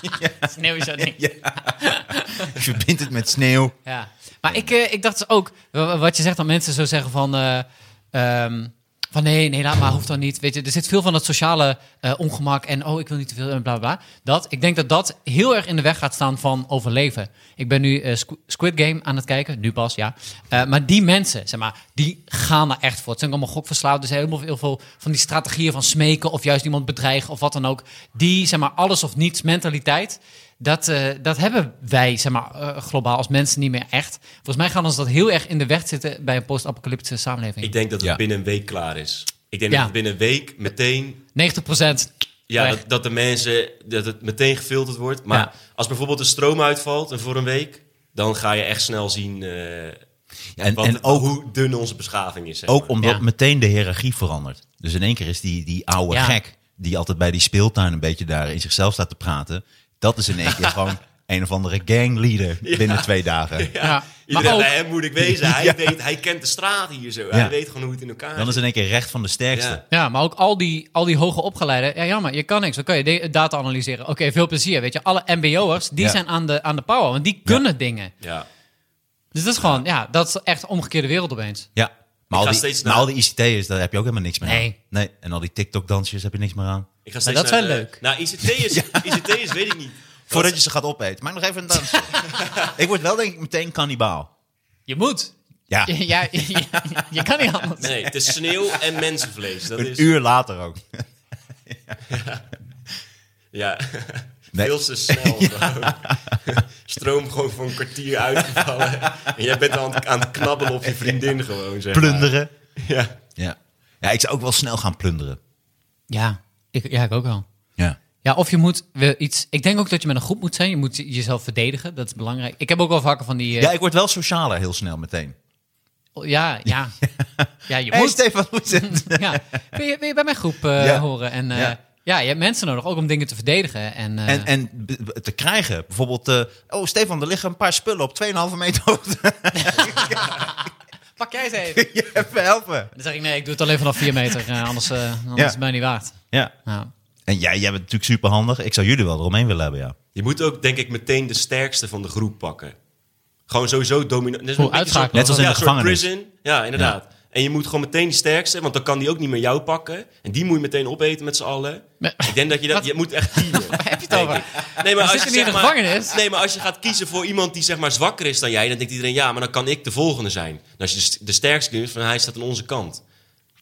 Speaker 3: dan.
Speaker 2: Sneeuw is dat niet.
Speaker 3: Ik verbind het met sneeuw.
Speaker 2: Ja. Maar ik, eh, ik dacht ook, w- wat je zegt, dat mensen zo zeggen van... eh, ehm, van nee, nee, laat maar, hoeft dan niet. Weet je, er zit veel van dat sociale eh, ongemak en oh, ik wil niet te veel en bla bla. bla. Dat, ik denk dat dat heel erg in de weg gaat staan van overleven. Ik ben nu eh, Squ- Squid Game aan het kijken, nu pas, ja. Eh, maar die mensen, zeg maar, die gaan er echt voor. Het zijn ook allemaal gokverslaafd, dus helemaal heel veel van die strategieën van smeken of juist iemand bedreigen of wat dan ook. Die, zeg maar, alles of niets mentaliteit. Dat, eh, dat hebben wij, zeg maar, eh, globaal als mensen niet meer echt. Volgens mij gaan ons dat heel erg in de weg zitten bij een post-apocalyptische samenleving.
Speaker 4: Ik denk dat het
Speaker 3: Ja.
Speaker 4: binnen een week klaar is. Ik denk
Speaker 2: Ja.
Speaker 4: dat het binnen een week meteen
Speaker 2: 90 procent.
Speaker 4: Ja, dat, dat de mensen, dat het meteen gefilterd wordt. Maar
Speaker 2: Ja.
Speaker 4: als bijvoorbeeld de stroom uitvalt en voor een week, dan ga je echt snel zien eh,
Speaker 3: En,
Speaker 4: wat,
Speaker 3: en ook,
Speaker 4: hoe dun onze beschaving is. zeg
Speaker 3: ook
Speaker 4: maar.
Speaker 3: omdat
Speaker 2: Ja.
Speaker 3: meteen de hiërarchie verandert. Dus in één keer is die, die oude
Speaker 2: Ja.
Speaker 3: gek, die altijd bij die speeltuin een beetje daar in zichzelf staat te praten. Dat is in één keer gewoon een of andere gangleader binnen twee dagen.
Speaker 4: Ja,
Speaker 2: Ja.
Speaker 4: Iedereen,
Speaker 2: Maar ook-
Speaker 4: bij hem moet ik wezen. Hij, weet, hij kent de straat hier zo. Hij weet gewoon hoe het in elkaar
Speaker 3: Dan is in één keer recht van de sterkste.
Speaker 4: Ja.
Speaker 2: Ja, maar ook al die, al die hoge opgeleiden. Ja, jammer, je kan niks. Dan kan je de- data analyseren. Oké, veel plezier. Weet je, alle MBO'ers, die
Speaker 3: Ja.
Speaker 2: zijn aan de, aan de power. Want die kunnen dingen.
Speaker 4: Ja.
Speaker 2: Dus dat is gewoon, ja, dat is echt een omgekeerde wereld opeens.
Speaker 3: Ja. Maar, al
Speaker 4: ga
Speaker 3: die,
Speaker 4: steeds
Speaker 3: maar
Speaker 4: naar-
Speaker 3: al die ICT'ers, daar heb je ook helemaal niks meer aan.
Speaker 2: Nee.
Speaker 3: Nee. En al die TikTok-dansjes heb je niks meer aan.
Speaker 4: Ik ga steeds
Speaker 2: dat is
Speaker 4: naar
Speaker 2: wel
Speaker 4: de-
Speaker 2: leuk.
Speaker 4: Nou, ICT'ers, ICT'ers weet ik niet.
Speaker 3: Voordat je ze gaat opeten. Maak nog even een dansje. ik word wel denk ik meteen kannibaal.
Speaker 2: Je moet.
Speaker 3: Ja.
Speaker 2: Ja, je, je kan niet anders.
Speaker 4: Nee, het is sneeuw en mensenvlees. Dat
Speaker 3: Een
Speaker 4: is,
Speaker 3: uur later ook.
Speaker 4: Ja.
Speaker 3: Nee.
Speaker 4: Veel te snel. gewoon. Stroom gewoon voor een kwartier uitgevallen. en jij bent aan, het- aan het knabbelen op je vriendin gewoon, zeg maar.
Speaker 3: Plunderen.
Speaker 4: Ja.
Speaker 3: Ja. Ja, ik zou ook wel snel gaan plunderen.
Speaker 2: Ja, ik, ja, ik ook wel.
Speaker 3: Ja.
Speaker 2: Ja, of je moet wel iets. Ik denk ook dat je met een groep moet zijn. Je moet jezelf verdedigen. Dat is belangrijk. Ik heb ook wel vaker van die. eh,
Speaker 3: Ja, ik word wel socialer heel snel meteen.
Speaker 2: oh, ja, ja, ja. je
Speaker 3: Hé, hey,
Speaker 2: moet.
Speaker 3: Stefan, hoe is het?
Speaker 2: ja. Wil, je, wil je bij mijn groep eh,
Speaker 3: Ja.
Speaker 2: horen? En eh,
Speaker 3: Ja.
Speaker 2: ja. je hebt mensen nodig ook om dingen te verdedigen. En, eh,
Speaker 3: En, en b- b- te krijgen. Bijvoorbeeld, eh, oh Stefan, er liggen een paar spullen op 2,5 meter hoogte.
Speaker 2: pak jij ze even.
Speaker 3: Je even helpen.
Speaker 2: Dan zeg ik nee, ik doe het alleen vanaf 4 meter. eh, anders eh, anders
Speaker 3: Ja.
Speaker 2: is het mij niet waard. Nou.
Speaker 3: Ja.
Speaker 2: Ja.
Speaker 3: En jij, jij bent natuurlijk superhandig. Ik zou jullie wel eromheen willen hebben, ja.
Speaker 4: Je moet ook, denk ik, meteen de sterkste van de groep pakken. Gewoon sowieso dominant. Net, als een beetje
Speaker 2: uitschakelen.
Speaker 4: soort-
Speaker 3: Net als in
Speaker 4: ja,
Speaker 3: de
Speaker 4: een soort
Speaker 3: gevangenis.
Speaker 4: prison. Ja, inderdaad. En je moet gewoon meteen de sterkste, want dan kan die ook niet meer jou pakken. En die moet je meteen opeten met z'n allen.
Speaker 2: Nee.
Speaker 4: Ik denk dat je dat... Je moet echt kiezen.
Speaker 2: Heb je het over?
Speaker 4: Nee, maar
Speaker 2: We
Speaker 4: als je
Speaker 2: zitten hier
Speaker 4: zeg
Speaker 2: in de
Speaker 4: maar-
Speaker 2: gevangenis.
Speaker 4: Nee, maar als je gaat kiezen voor iemand die zeg maar zwakker is dan jij, dan denkt iedereen ja, maar dan kan ik de volgende zijn. En als je de st- de sterkste bent, van hij staat aan onze kant.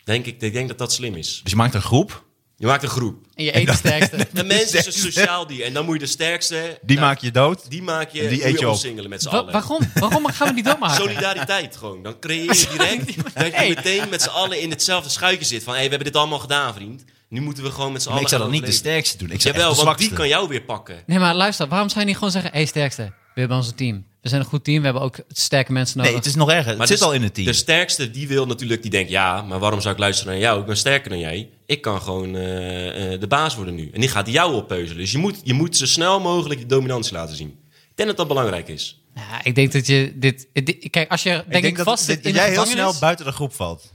Speaker 4: Denk ik, ik denk dat dat slim is.
Speaker 3: Dus je maakt een groep.
Speaker 4: Je maakt een groep.
Speaker 2: En je eet de sterkste.
Speaker 4: De mens is een sociaal dier en dan moet je de sterkste.
Speaker 3: Die
Speaker 4: nou,
Speaker 3: maak je dood.
Speaker 4: die maak je.
Speaker 3: die
Speaker 4: moet
Speaker 3: eet je op.
Speaker 4: omsingelen met z'n
Speaker 2: Wa-
Speaker 4: allen.
Speaker 2: waarom? Waarom gaan we die doodmaken?
Speaker 4: Solidariteit gewoon. Dan creëer je direct dat je
Speaker 2: Hey.
Speaker 4: meteen met z'n allen in hetzelfde schuitje zit. Van hé, we hebben dit allemaal gedaan, vriend. Nu moeten we gewoon met z'n
Speaker 3: Maar
Speaker 4: allen.
Speaker 3: ik zou dan
Speaker 4: gaan
Speaker 3: niet de
Speaker 4: overleven.
Speaker 3: sterkste doen. Ik zou
Speaker 4: Jawel,
Speaker 3: echt de
Speaker 4: want
Speaker 3: zwakste.
Speaker 4: die kan jou weer pakken.
Speaker 2: Nee, maar luister, waarom zou je niet gewoon zeggen: hé, hey, sterkste, weer bij ons team? We zijn een goed team, we hebben ook sterke mensen nodig. dus-
Speaker 3: Nee, het is nog erger. het
Speaker 4: de
Speaker 3: zit al in het team.
Speaker 4: De sterkste die wil natuurlijk, die denkt ja, maar waarom zou ik luisteren naar jou? Ik ben sterker dan jij. Ik kan gewoon eh, eh, de baas worden nu. En die gaat jou oppeuzelen. Dus je moet, je moet zo snel mogelijk je dominantie laten zien. Ik denk dat dat belangrijk is.
Speaker 2: Nou, ik denk dat je dit, dit- Kijk, als je denk ik,
Speaker 3: dat-
Speaker 2: vast
Speaker 3: dat,
Speaker 2: zit in de
Speaker 3: jij heel
Speaker 2: gevangenis...
Speaker 3: snel buiten de groep valt.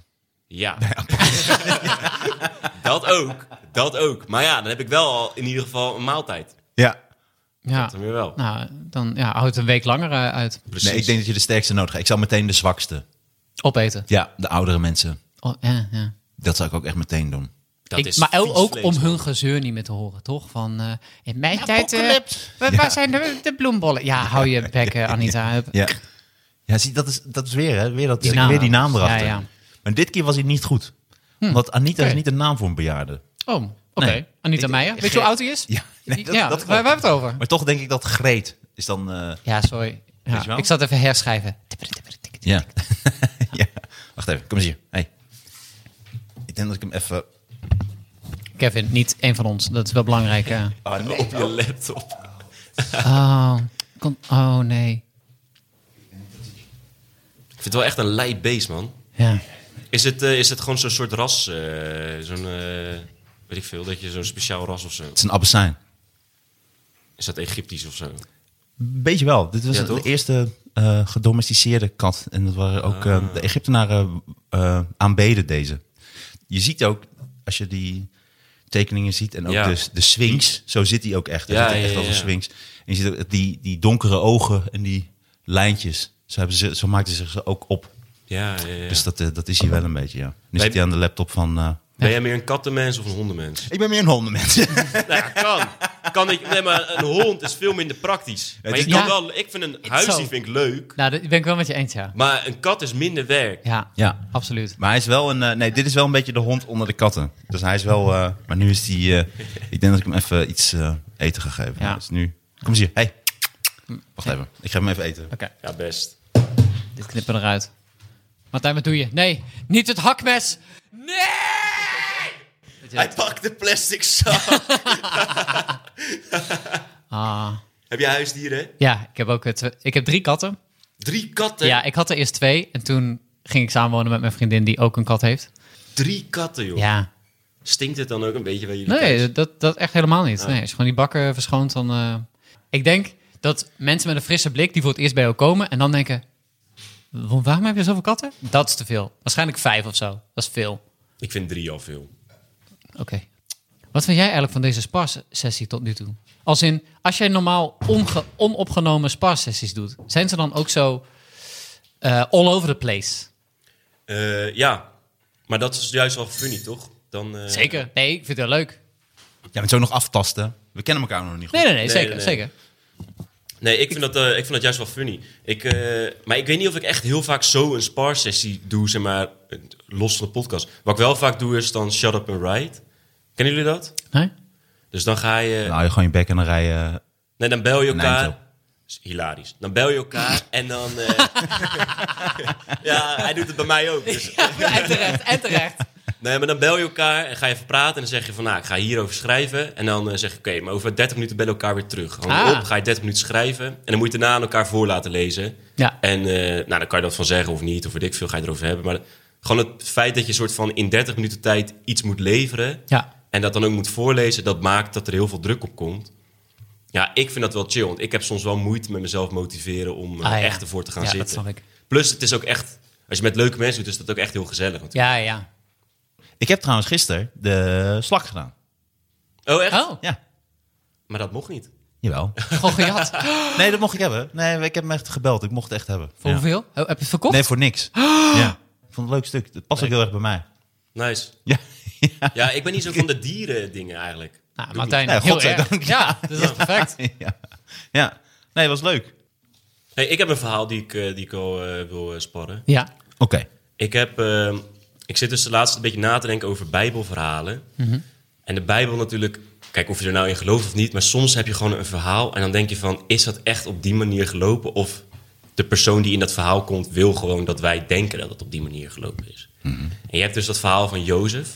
Speaker 4: Ja. dat ook. Dat ook. Maar ja, dan heb ik wel al in ieder geval een maaltijd.
Speaker 3: Ja.
Speaker 2: ja,
Speaker 4: Dan weer wel.
Speaker 2: nou, dan ja, houdt een week langer eh, uit.
Speaker 4: Precies.
Speaker 3: Nee, ik denk dat je de sterkste nodig hebt. Ik zou meteen de zwakste.
Speaker 2: Opeten.
Speaker 3: Ja, de oudere mensen.
Speaker 2: Oh, ja, ja.
Speaker 3: Dat zou ik ook echt meteen doen.
Speaker 4: dat
Speaker 2: Ik-
Speaker 4: is
Speaker 2: maar
Speaker 4: vies
Speaker 2: ook
Speaker 4: vlees,
Speaker 2: om
Speaker 4: man.
Speaker 2: hun gezeur niet meer te horen, toch? Van, eh, in mijn tijd... eh, waar, waar zijn de, de bloembollen? Ja, hou je bek, eh, Anita. Hup.
Speaker 3: Ja. Ja, zie, dat is, dat is weer, hè? Weer, dat,
Speaker 2: Die
Speaker 3: is
Speaker 2: naam.
Speaker 3: weer die naam erachter.
Speaker 2: Ja, ja.
Speaker 3: Maar dit keer was hij niet goed. Want Anita is
Speaker 2: oké.
Speaker 3: niet een naam voor een bejaarde.
Speaker 2: Oh, oké.
Speaker 3: Nee.
Speaker 2: Anita
Speaker 3: Ik-
Speaker 2: Meijer. Weet je hoe oud hij is?
Speaker 3: Ja, nee, dat-
Speaker 2: ja waar,
Speaker 3: dat klopt.
Speaker 2: waar hebben we het over?
Speaker 3: Maar toch denk ik dat Greet is dan... eh,
Speaker 2: Ja, sorry. Ja,
Speaker 3: Weet je wel?
Speaker 2: ik zat even herschrijven.
Speaker 3: ja. ja. Wacht even, kom eens hier. Hey. Ik denk dat ik hem even...
Speaker 2: Kevin, niet één van ons. Dat is wel belangrijk. eh.
Speaker 3: Ah, nee.
Speaker 4: Op je laptop.
Speaker 2: Oh, kon- oh nee.
Speaker 4: Ik vind het wel echt een lei beest, man.
Speaker 2: Ja.
Speaker 4: Is het, eh, is het gewoon zo'n soort ras? eh, zo'n, eh, weet ik veel, dat je zo'n speciaal ras of zo.
Speaker 3: Het is een abbessijn.
Speaker 4: Is dat Egyptisch of zo?
Speaker 3: Beetje wel. Dit was
Speaker 4: Ja,
Speaker 3: de
Speaker 4: toch?
Speaker 3: eerste eh, gedomesticeerde kat. En dat waren ook eh,
Speaker 4: Ah.
Speaker 3: de Egyptenaren eh, aanbeden deze. Je ziet ook, als je die tekeningen ziet en ook dus
Speaker 4: Ja.
Speaker 3: de, de Sphinx, zo zit die ook echt. Hij
Speaker 4: Ja,
Speaker 3: zit er echt
Speaker 4: ja,
Speaker 3: als een
Speaker 4: ja.
Speaker 3: Sphinx. En je ziet ook die, die donkere ogen en die lijntjes. Zo, hebben ze, zo maakten ze ze ook op.
Speaker 4: Ja, ja, ja. Oh.
Speaker 3: Dus dat, eh, dat is hier wel een beetje, ja. Nu
Speaker 4: Wij-
Speaker 3: zit hij aan de laptop van... eh,
Speaker 4: Ben jij meer een kattenmens of een hondenmens?
Speaker 3: ik ben meer een hondenmens. ja,
Speaker 4: nou ja, kan. kan ik, nee, maar een hond is veel minder praktisch. Maar je
Speaker 3: is
Speaker 4: kan
Speaker 2: niet-
Speaker 4: wel, ik vind een huisdier
Speaker 2: zo.
Speaker 4: vind ik leuk,
Speaker 2: Nou, dat ben ik wel met je eens, ja.
Speaker 4: maar een kat is minder werk.
Speaker 2: Ja,
Speaker 3: Ja.
Speaker 2: absoluut.
Speaker 3: Maar hij is wel een. eh, nee, dit is wel een beetje de hond onder de katten. Dus hij is wel. eh, maar nu is hij. eh, ik denk dat ik hem even iets eh, eten ga geven.
Speaker 2: Ja.
Speaker 3: Dus nu. Kom eens hier. Hey. Wacht even. Ik ga hem even eten.
Speaker 2: Oké,
Speaker 4: Ja, best.
Speaker 2: dit knippen we eruit. Martijn, wat doe je? Nee, niet het hakmes!
Speaker 4: Hij pakt de plastic zak.
Speaker 2: Ah.
Speaker 4: Heb jij huisdieren?
Speaker 2: Ja, ik heb ook eh, tw- ik heb drie katten.
Speaker 4: Drie katten?
Speaker 2: Ja, ik had er eerst twee en toen ging ik samenwonen met mijn vriendin die ook een kat heeft.
Speaker 4: Drie katten, joh.
Speaker 2: Ja,
Speaker 4: Stinkt het dan ook een beetje bij jullie thuis?
Speaker 2: nee, dat, dat echt helemaal niet. Nee, als je gewoon die bakken verschoont, dan... eh, Ik denk dat mensen met een frisse blik die voor het eerst bij jou komen en dan denken... "Wa- Waarom heb je zoveel katten? Dat is te veel. Waarschijnlijk vijf of zo. Dat is veel.
Speaker 4: Ik vind drie al veel.
Speaker 2: Oké. Wat vind jij eigenlijk van deze sparsessie tot nu toe? Als in, als jij normaal onge- onopgenomen sparsessies doet, zijn ze dan ook zo eh, all over the place?
Speaker 4: Eh, ja, maar dat is juist wel funny, toch? Dan, eh,
Speaker 2: Zeker. Nee, ik vind het wel leuk.
Speaker 3: Ja, maar zo nog aftasten. We kennen elkaar nog niet goed.
Speaker 2: Nee, nee, nee, zeker,
Speaker 4: nee, nee.
Speaker 2: zeker.
Speaker 4: Nee, ik vind, dat, eh, ik vind dat juist wel funny. Ik, eh, maar ik weet niet of ik echt heel vaak zo een sparsessie doe, zeg maar, eh, los van de podcast. Wat ik wel vaak doe is dan Shut Up and Ride. Kennen jullie dat?
Speaker 2: Nee?
Speaker 4: Dus dan ga je...
Speaker 3: Dan hou Nou, je gewoon je bek en dan rij je. eh.
Speaker 4: Nee, dan bel je
Speaker 3: Een
Speaker 4: elkaar.
Speaker 3: eindje.
Speaker 4: Is hilarisch. Dan bel je elkaar en dan... eh, ja, hij doet het bij mij ook. Dus,
Speaker 2: en terecht, en terecht.
Speaker 4: Nee, maar dan bel je elkaar en ga je even praten. En dan zeg je van, nou, ik ga hierover schrijven. En dan eh, zeg je, oké, maar over 30 minuten bellen we elkaar weer terug. Hang
Speaker 2: Ah.
Speaker 4: op, ga je 30 minuten schrijven. En dan moet je daarna aan elkaar voor laten lezen.
Speaker 2: Ja.
Speaker 4: En eh, nou, dan kan je dat van zeggen of niet, of weet ik veel, ga je erover hebben. Maar gewoon het feit dat je soort van in 30 minuten tijd iets moet leveren...
Speaker 2: Ja.
Speaker 4: en dat dan ook moet voorlezen, dat maakt dat er heel veel druk op komt. Ja, ik vind dat wel chill. Want ik heb soms wel moeite met mezelf motiveren om eh,
Speaker 2: Ah, ja.
Speaker 4: echt ervoor te gaan
Speaker 2: Ja, dat
Speaker 4: zitten.
Speaker 2: snap ik.
Speaker 4: Plus, het is ook echt... Als je met leuke mensen doet, is dat ook echt heel gezellig. natuurlijk.
Speaker 2: Ja, ja.
Speaker 3: Ik heb trouwens gisteren de slak gedaan.
Speaker 4: Oh, echt?
Speaker 2: Oh,
Speaker 3: Ja.
Speaker 4: Maar dat mocht niet.
Speaker 3: Jawel.
Speaker 2: gewoon gejat.
Speaker 3: Nee, dat mocht ik hebben. Nee, ik heb hem echt gebeld. Ik mocht het echt hebben.
Speaker 2: Voor
Speaker 3: Ja.
Speaker 2: hoeveel? Oh, heb je het verkocht?
Speaker 3: Nee, voor niks. Ja. Ik vond het een leuk stuk. Het past ook heel erg bij mij.
Speaker 4: Nice.
Speaker 3: Ja.
Speaker 4: Ja, ik ben niet zo van de dieren dingen eigenlijk.
Speaker 2: nou, Martijn,
Speaker 3: Nee,
Speaker 2: heel erg.
Speaker 3: godzijdank.
Speaker 2: Ja, dat is perfect.
Speaker 3: ja. ja. Nee, was leuk. Oké.
Speaker 4: Hey, ik heb een verhaal die ik, eh, die ik al eh, wil eh, sparren.
Speaker 2: Ja.
Speaker 4: Ik, heb, eh, ik zit dus de laatste een beetje na te denken over bijbelverhalen.
Speaker 2: Mhm.
Speaker 4: En de bijbel natuurlijk... Kijk, of je er nou in gelooft of niet... maar soms heb je gewoon een verhaal... en dan denk je van, is dat echt op die manier gelopen? Of de persoon die in dat verhaal komt... wil gewoon dat wij denken dat het op die manier gelopen is.
Speaker 2: Mhm.
Speaker 4: En je hebt dus dat verhaal van Jozef...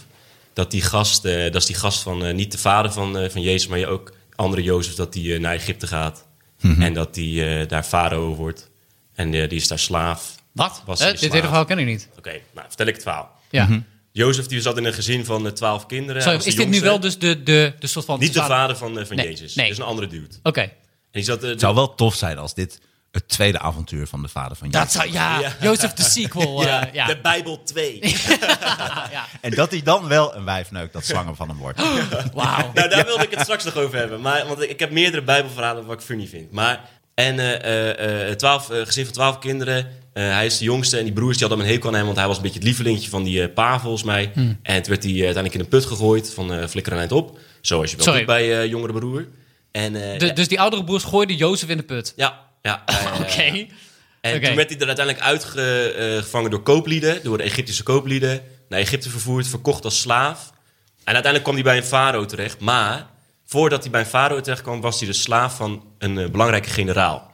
Speaker 4: dat die gast, eh, dat is die gast van eh, niet de vader van, eh, van Jezus, maar je ook andere Jozef, dat die eh, naar Egypte gaat.
Speaker 2: Mhm.
Speaker 4: En dat die eh, daar farao wordt. En eh, die is daar slaaf.
Speaker 2: Wat?
Speaker 4: Was
Speaker 2: Eh,
Speaker 4: hij
Speaker 2: dit
Speaker 4: slaaf.
Speaker 2: hele verhaal ken ik niet.
Speaker 4: Oké, nou vertel ik het verhaal.
Speaker 2: Ja.
Speaker 3: Mhm.
Speaker 4: Jozef die zat in een gezin van eh, twaalf kinderen.
Speaker 2: Sorry,
Speaker 4: Hij was
Speaker 2: is
Speaker 4: de
Speaker 2: dit nu wel
Speaker 4: jongste.
Speaker 2: dus de, de, de soort van...
Speaker 4: Niet de vader van, eh, van
Speaker 2: Nee,
Speaker 4: Jezus.
Speaker 2: nee.
Speaker 4: Dus een andere dude.
Speaker 2: Oké.
Speaker 4: En die zat... eh,
Speaker 3: Het zou wel tof zijn als dit het tweede avontuur van de vader van
Speaker 2: Dat
Speaker 3: Jezus.
Speaker 2: zou... Ja,
Speaker 4: Ja.
Speaker 2: Jozef de sequel. eh,
Speaker 4: ja,
Speaker 2: Ja, ja.
Speaker 4: De Bijbel 2.
Speaker 3: En dat hij dan wel een wijf neukt dat zwanger van hem wordt.
Speaker 2: Wauw.
Speaker 4: nou, daar wilde ik het straks nog over hebben. Maar, want ik, ik heb meerdere Bijbelverhalen wat ik funny vind. Maar, en eh, eh, eh, twaalf, eh, gezin van twaalf kinderen. Eh, hij is de jongste en die broers die hadden hem een hekel aan hem. Want hij was een beetje het lievelingetje van die eh pa, volgens mij.
Speaker 2: Hm.
Speaker 4: En toen werd hij eh, uiteindelijk in de put gegooid van eh flikkeren eind op. Zoals je wel
Speaker 2: Sorry.
Speaker 4: doet bij eh, jongere broer. En, eh,
Speaker 2: De- dus die oudere broers gooiden Jozef in de put.
Speaker 4: ja, ja. eh, ja, ja, ja, ja.
Speaker 2: Oké.
Speaker 4: En
Speaker 2: Oké.
Speaker 4: toen werd hij er uiteindelijk uitgevangen door kooplieden, door de Egyptische kooplieden, naar Egypte vervoerd, verkocht als slaaf. En uiteindelijk kwam hij bij een farao terecht. Maar voordat hij bij een farao terecht kwam, was hij de slaaf van een eh, belangrijke generaal.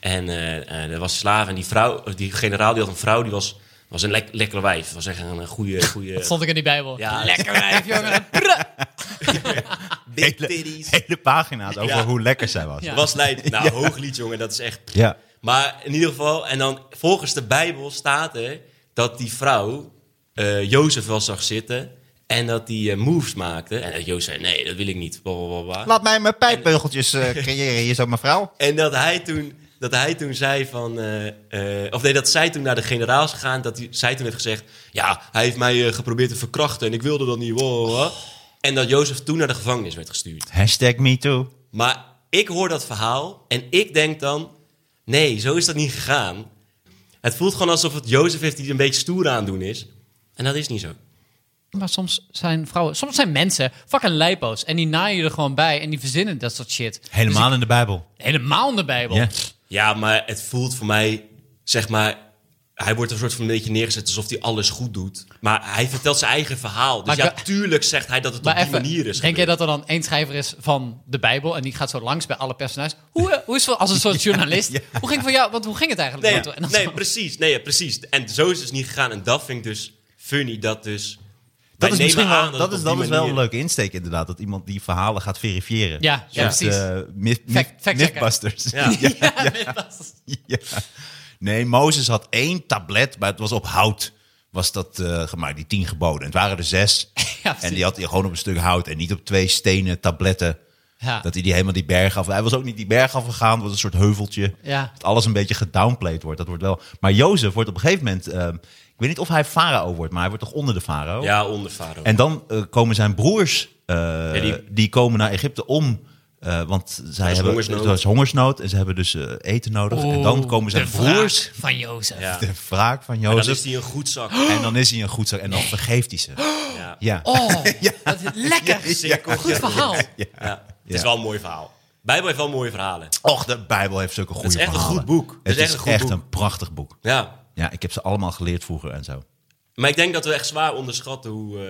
Speaker 4: En eh, eh, er was slaaf en die, vrouw, of die generaal die had een vrouw, die was, was een lek- lekkere wijf. Was echt een, een goede...
Speaker 2: Dat
Speaker 4: goede
Speaker 2: stond ik in die Bijbel.
Speaker 4: Ja.
Speaker 2: Lekker wijf, jongen. Prrr.
Speaker 4: big titties.
Speaker 3: hele pagina's over
Speaker 4: Ja.
Speaker 3: hoe lekker zij was.
Speaker 2: Ja.
Speaker 4: Was lijp. Nou, hooglied jongen, dat is echt...
Speaker 3: Ja.
Speaker 4: Maar in ieder geval, en dan volgens de Bijbel staat er dat die vrouw eh, Jozef wel zag zitten en dat die eh, moves maakte. En dat Jozef zei, nee, dat wil ik niet. bla, bla, bla, bla.
Speaker 3: Laat mij mijn pijpbeugeltjes eh, creëren hier zo, mevrouw.
Speaker 4: En dat hij toen dat hij toen zei van... eh, eh, of nee, dat zij toen naar de generaal is gegaan. Dat hij, zij toen heeft gezegd... Ja, hij heeft mij eh, geprobeerd te verkrachten en ik wilde dat niet. wow, wow, wow."
Speaker 2: Oh.
Speaker 4: En dat Jozef toen naar de gevangenis werd gestuurd.
Speaker 3: Hashtag me too.
Speaker 4: Maar ik hoor dat verhaal en ik denk dan... Nee, zo is dat niet gegaan. Het voelt gewoon alsof het Jozef heeft die een beetje stoer aandoen is. En dat is niet zo.
Speaker 2: Maar soms zijn vrouwen, soms zijn mensen fucking lijpo's. En die naaien je er gewoon bij en die verzinnen dat soort shit.
Speaker 3: Helemaal in de Bijbel.
Speaker 2: Dus ik- helemaal in de Bijbel.
Speaker 3: Ja.
Speaker 4: Ja, maar het voelt voor mij, zeg maar, hij wordt een soort van een beetje neergezet alsof hij alles goed doet. Maar hij vertelt zijn eigen verhaal. Dus
Speaker 2: Maar
Speaker 4: ja,
Speaker 2: ik-
Speaker 4: tuurlijk zegt hij dat het op
Speaker 2: Maar
Speaker 4: die
Speaker 2: even,
Speaker 4: manier
Speaker 2: denk
Speaker 4: is.
Speaker 2: jij
Speaker 4: gebeurd.
Speaker 2: dat er dan één schrijver is van de Bijbel en die gaat zo langs bij alle personages? Hoe, eh, hoe is het als een soort journalist? Hoe ging het voor jou? Want hoe ging het eigenlijk? Want-
Speaker 4: Nee,
Speaker 2: en dan
Speaker 4: nee
Speaker 2: zo-
Speaker 4: precies. Nee, ja, precies. En zo is het dus niet gegaan. En dat vind ik dus funny, dat dus... wij
Speaker 3: Dat is,
Speaker 4: nemen
Speaker 3: misschien
Speaker 4: aan
Speaker 3: wel, dat,
Speaker 4: het
Speaker 3: is,
Speaker 4: op
Speaker 3: dat
Speaker 4: die
Speaker 3: is dus wel een
Speaker 4: manier-
Speaker 3: leuke insteek inderdaad. Dat iemand die verhalen gaat verifiëren.
Speaker 2: Ja, ja,
Speaker 3: Zoals,
Speaker 2: precies.
Speaker 3: eh, myth- myth-
Speaker 2: Fact- fact checken.
Speaker 3: mythbusters.
Speaker 4: Ja.
Speaker 2: Ja, nee, dat is-
Speaker 3: Ja. Nee, Mozes had één tablet, maar het was op hout. Was dat eh, gemaakt, die tien geboden. Het waren er zes.
Speaker 2: precies.
Speaker 3: en die had hij gewoon op een stuk hout en niet op twee stenen tabletten.
Speaker 2: Ja.
Speaker 3: Dat hij die helemaal die berg af. Hij was ook niet die berg afgegaan, het was een soort heuveltje.
Speaker 2: Ja.
Speaker 3: Dat alles een beetje gedownplayed wordt. Dat wordt wel. Maar Jozef wordt op een gegeven moment. eh, ik weet niet of hij farao wordt, maar hij wordt toch onder de farao.
Speaker 4: Ja, onder Farao.
Speaker 3: En dan eh, komen zijn broers, eh,
Speaker 4: die-
Speaker 3: die... komen naar Egypte om. eh, want zij
Speaker 4: is
Speaker 3: hebben
Speaker 4: hongersnood.
Speaker 3: er is hongersnood en ze hebben dus eh, eten nodig. en dan
Speaker 2: Oeh,
Speaker 3: komen zijn
Speaker 2: de wraak
Speaker 3: broers,
Speaker 2: van Jozef.
Speaker 4: Ja.
Speaker 3: de wraak van
Speaker 4: Dan
Speaker 3: Jozef.
Speaker 4: is hij een goed zak.
Speaker 3: En dan is hij een goed zak en dan vergeeft hij ze.
Speaker 4: Ja.
Speaker 3: Ja.
Speaker 2: Oh, dat is lekker.
Speaker 4: Cirkel.
Speaker 2: Goed verhaal.
Speaker 4: Ja. Het
Speaker 3: Ja.
Speaker 4: is wel een mooi verhaal. Bijbel heeft wel mooie verhalen.
Speaker 3: Och, de Bijbel heeft zulke goede
Speaker 4: is echt een
Speaker 3: verhalen.
Speaker 4: goed boek.
Speaker 3: Het, is, echt, een,
Speaker 4: goed boek.
Speaker 3: prachtig boek.
Speaker 4: Ja.
Speaker 3: Ja, ik heb ze allemaal geleerd vroeger en zo.
Speaker 4: Maar ik denk dat we echt zwaar onderschatten hoe...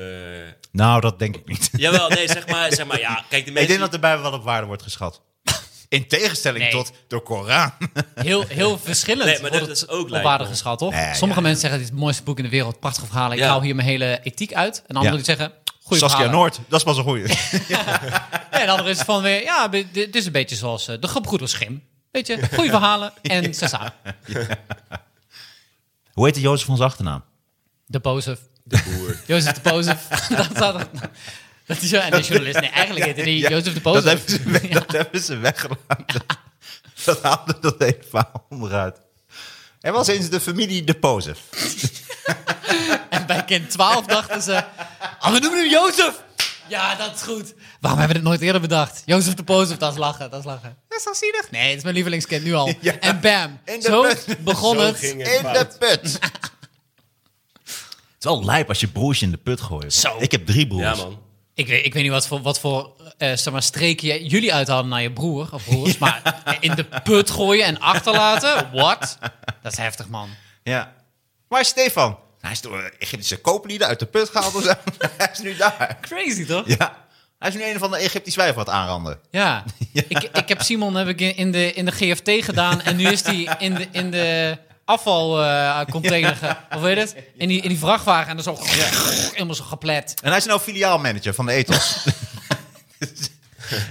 Speaker 4: eh,
Speaker 3: Nou, dat denk ik niet.
Speaker 4: Jawel, nee, zeg maar, zeg maar ja, kijk, de mensen...
Speaker 3: ik denk dat de Bijbel wel op waarde wordt geschat. In tegenstelling
Speaker 2: Nee.
Speaker 3: tot de Koran.
Speaker 2: Heel, heel verschillend
Speaker 4: Nee, maar dat
Speaker 2: wordt het
Speaker 4: is ook
Speaker 2: op
Speaker 4: lijp,
Speaker 2: waarde
Speaker 4: hoor.
Speaker 2: geschat, toch?
Speaker 3: Nee, ja,
Speaker 2: Sommige
Speaker 3: ja.
Speaker 2: mensen zeggen, dit is het mooiste boek in de wereld, prachtige verhalen, ik
Speaker 4: Ja.
Speaker 2: hou hier mijn hele ethiek uit. En anderen
Speaker 3: Ja.
Speaker 2: die zeggen, goede
Speaker 3: Saskia
Speaker 2: verhalen.
Speaker 3: Noord, dat is pas een goeie.
Speaker 2: En anderen is van weer, ja, be- dit dit is een beetje zoals eh, de Gebroeders Grimm. Weet je, goede verhalen en ze samen.
Speaker 3: Hoe heette Jozef van zijn achternaam?
Speaker 2: De Bozef,
Speaker 4: De boer.
Speaker 2: Jozef de Bozef. dat staat er. Dat is, en de journalist, nee, eigenlijk heette die Jozef de Bozef.
Speaker 3: Dat hebben ze, weg- dat hebben ze weggelaten. Dat haalde dat hele verhaal onderuit. Er was eens de familie De Poze.
Speaker 2: En bij kind 12 dachten ze, oh, we noemen hem Jozef. Ja, dat is goed. Waarom hebben we dit nooit eerder bedacht? Jozef de Pozef, dat is lachen, dat is lachen. Dat is al zielig. Nee, het is mijn lievelingskind nu al.
Speaker 3: Ja.
Speaker 2: En bam,
Speaker 3: In de
Speaker 2: zo
Speaker 3: put.
Speaker 2: begon
Speaker 4: Zo
Speaker 2: het.
Speaker 4: ging het.
Speaker 3: In de put. Het is wel lijp als je broers in de put gooit.
Speaker 2: Zo.
Speaker 3: Ik heb drie broers.
Speaker 4: Ja, man.
Speaker 2: Ik weet, ik weet niet wat voor, wat voor eh, zeg maar, streek je, jullie uithalen naar je broer of broers. Maar in de put gooien en achterlaten, what? Dat is heftig, man.
Speaker 3: Ja. Waar is Stefan? Hij is door Egyptische kooplieden uit de put gehaald. of zo. Hij is nu daar.
Speaker 2: Crazy, toch?
Speaker 3: Ja. Hij is nu een van de Egyptisch wijf wat aanranden.
Speaker 2: Ja, Ik, ik heb Simon heb ik in- in de, in de GFT gedaan en nu is die in de, in de eh, afvalcontainer, ge- of weet je het? In die, in die vrachtwagen en dan zo helemaal zo geplet.
Speaker 3: En hij is nou filiaalmanager van de Ethos. en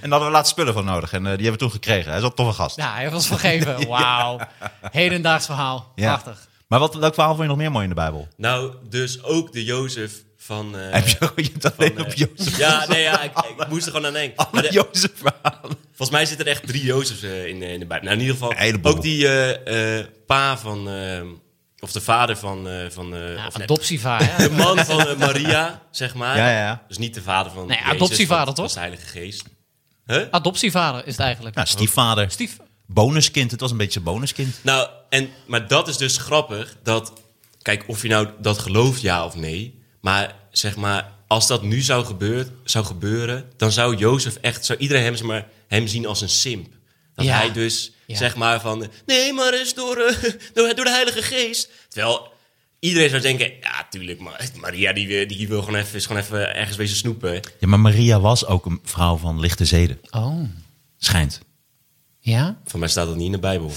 Speaker 3: daar hadden we laatst spullen van nodig. En eh, die hebben we toen gekregen. Hij is wel een toffe gast.
Speaker 2: Ja, hij heeft ons vergeven. Wauw. Hedendaags verhaal.
Speaker 3: Ja.
Speaker 2: Prachtig.
Speaker 3: Maar wat, welk verhaal vond je nog meer mooi in de Bijbel?
Speaker 4: Nou, dus ook de Jozef van... eh,
Speaker 3: Heb je, je hebt alleen
Speaker 4: van,
Speaker 3: op
Speaker 4: eh,
Speaker 3: Jozef.
Speaker 4: Ja, nee, ja, ik, ik moest er gewoon aan denken.
Speaker 3: Alle
Speaker 4: Maar de-
Speaker 3: Jozef verhalen.
Speaker 4: volgens mij zitten er echt drie Jozefs eh, in, eh, in de Bijbel. Nou, in ieder geval
Speaker 3: Een heleboel.
Speaker 4: ook die eh, eh, pa van... eh, of de vader van... eh, van eh,
Speaker 2: Ja,
Speaker 4: of nee,
Speaker 2: adoptievaar. hè?
Speaker 4: de man van eh, Maria, zeg maar.
Speaker 3: Ja, ja, ja.
Speaker 4: Dus niet de vader van
Speaker 2: Nee,
Speaker 4: Jezus,
Speaker 2: adoptievader,
Speaker 4: van-
Speaker 2: toch?
Speaker 4: van de Heilige Geest. Huh?
Speaker 2: Adoptievader is het eigenlijk.
Speaker 3: Nou, stiefvader.
Speaker 2: Stief.
Speaker 3: Bonuskind. Het was een beetje een bonuskind.
Speaker 4: Nou, en, maar dat is dus grappig. Dat, kijk, of je nou dat gelooft, ja of nee. Maar zeg maar, als dat nu zou, gebeurt, zou gebeuren, dan zou Jozef echt, zou iedereen hem, zeg maar, hem zien als een simp. Dat
Speaker 2: Ja.
Speaker 4: hij dus,
Speaker 2: Ja.
Speaker 4: zeg maar, van, eh, nee, maar is door, eh, door, door de Heilige Geest. Terwijl iedereen zou denken, ja, tuurlijk, maar Maria die, wil- die wil gewoon even, is gewoon even ergens wezen snoepen.
Speaker 3: Ja, maar Maria was ook een vrouw van lichte zeden.
Speaker 2: Oh,
Speaker 3: Schijnt.
Speaker 2: ja?
Speaker 4: Van mij staat dat niet in de Bijbel.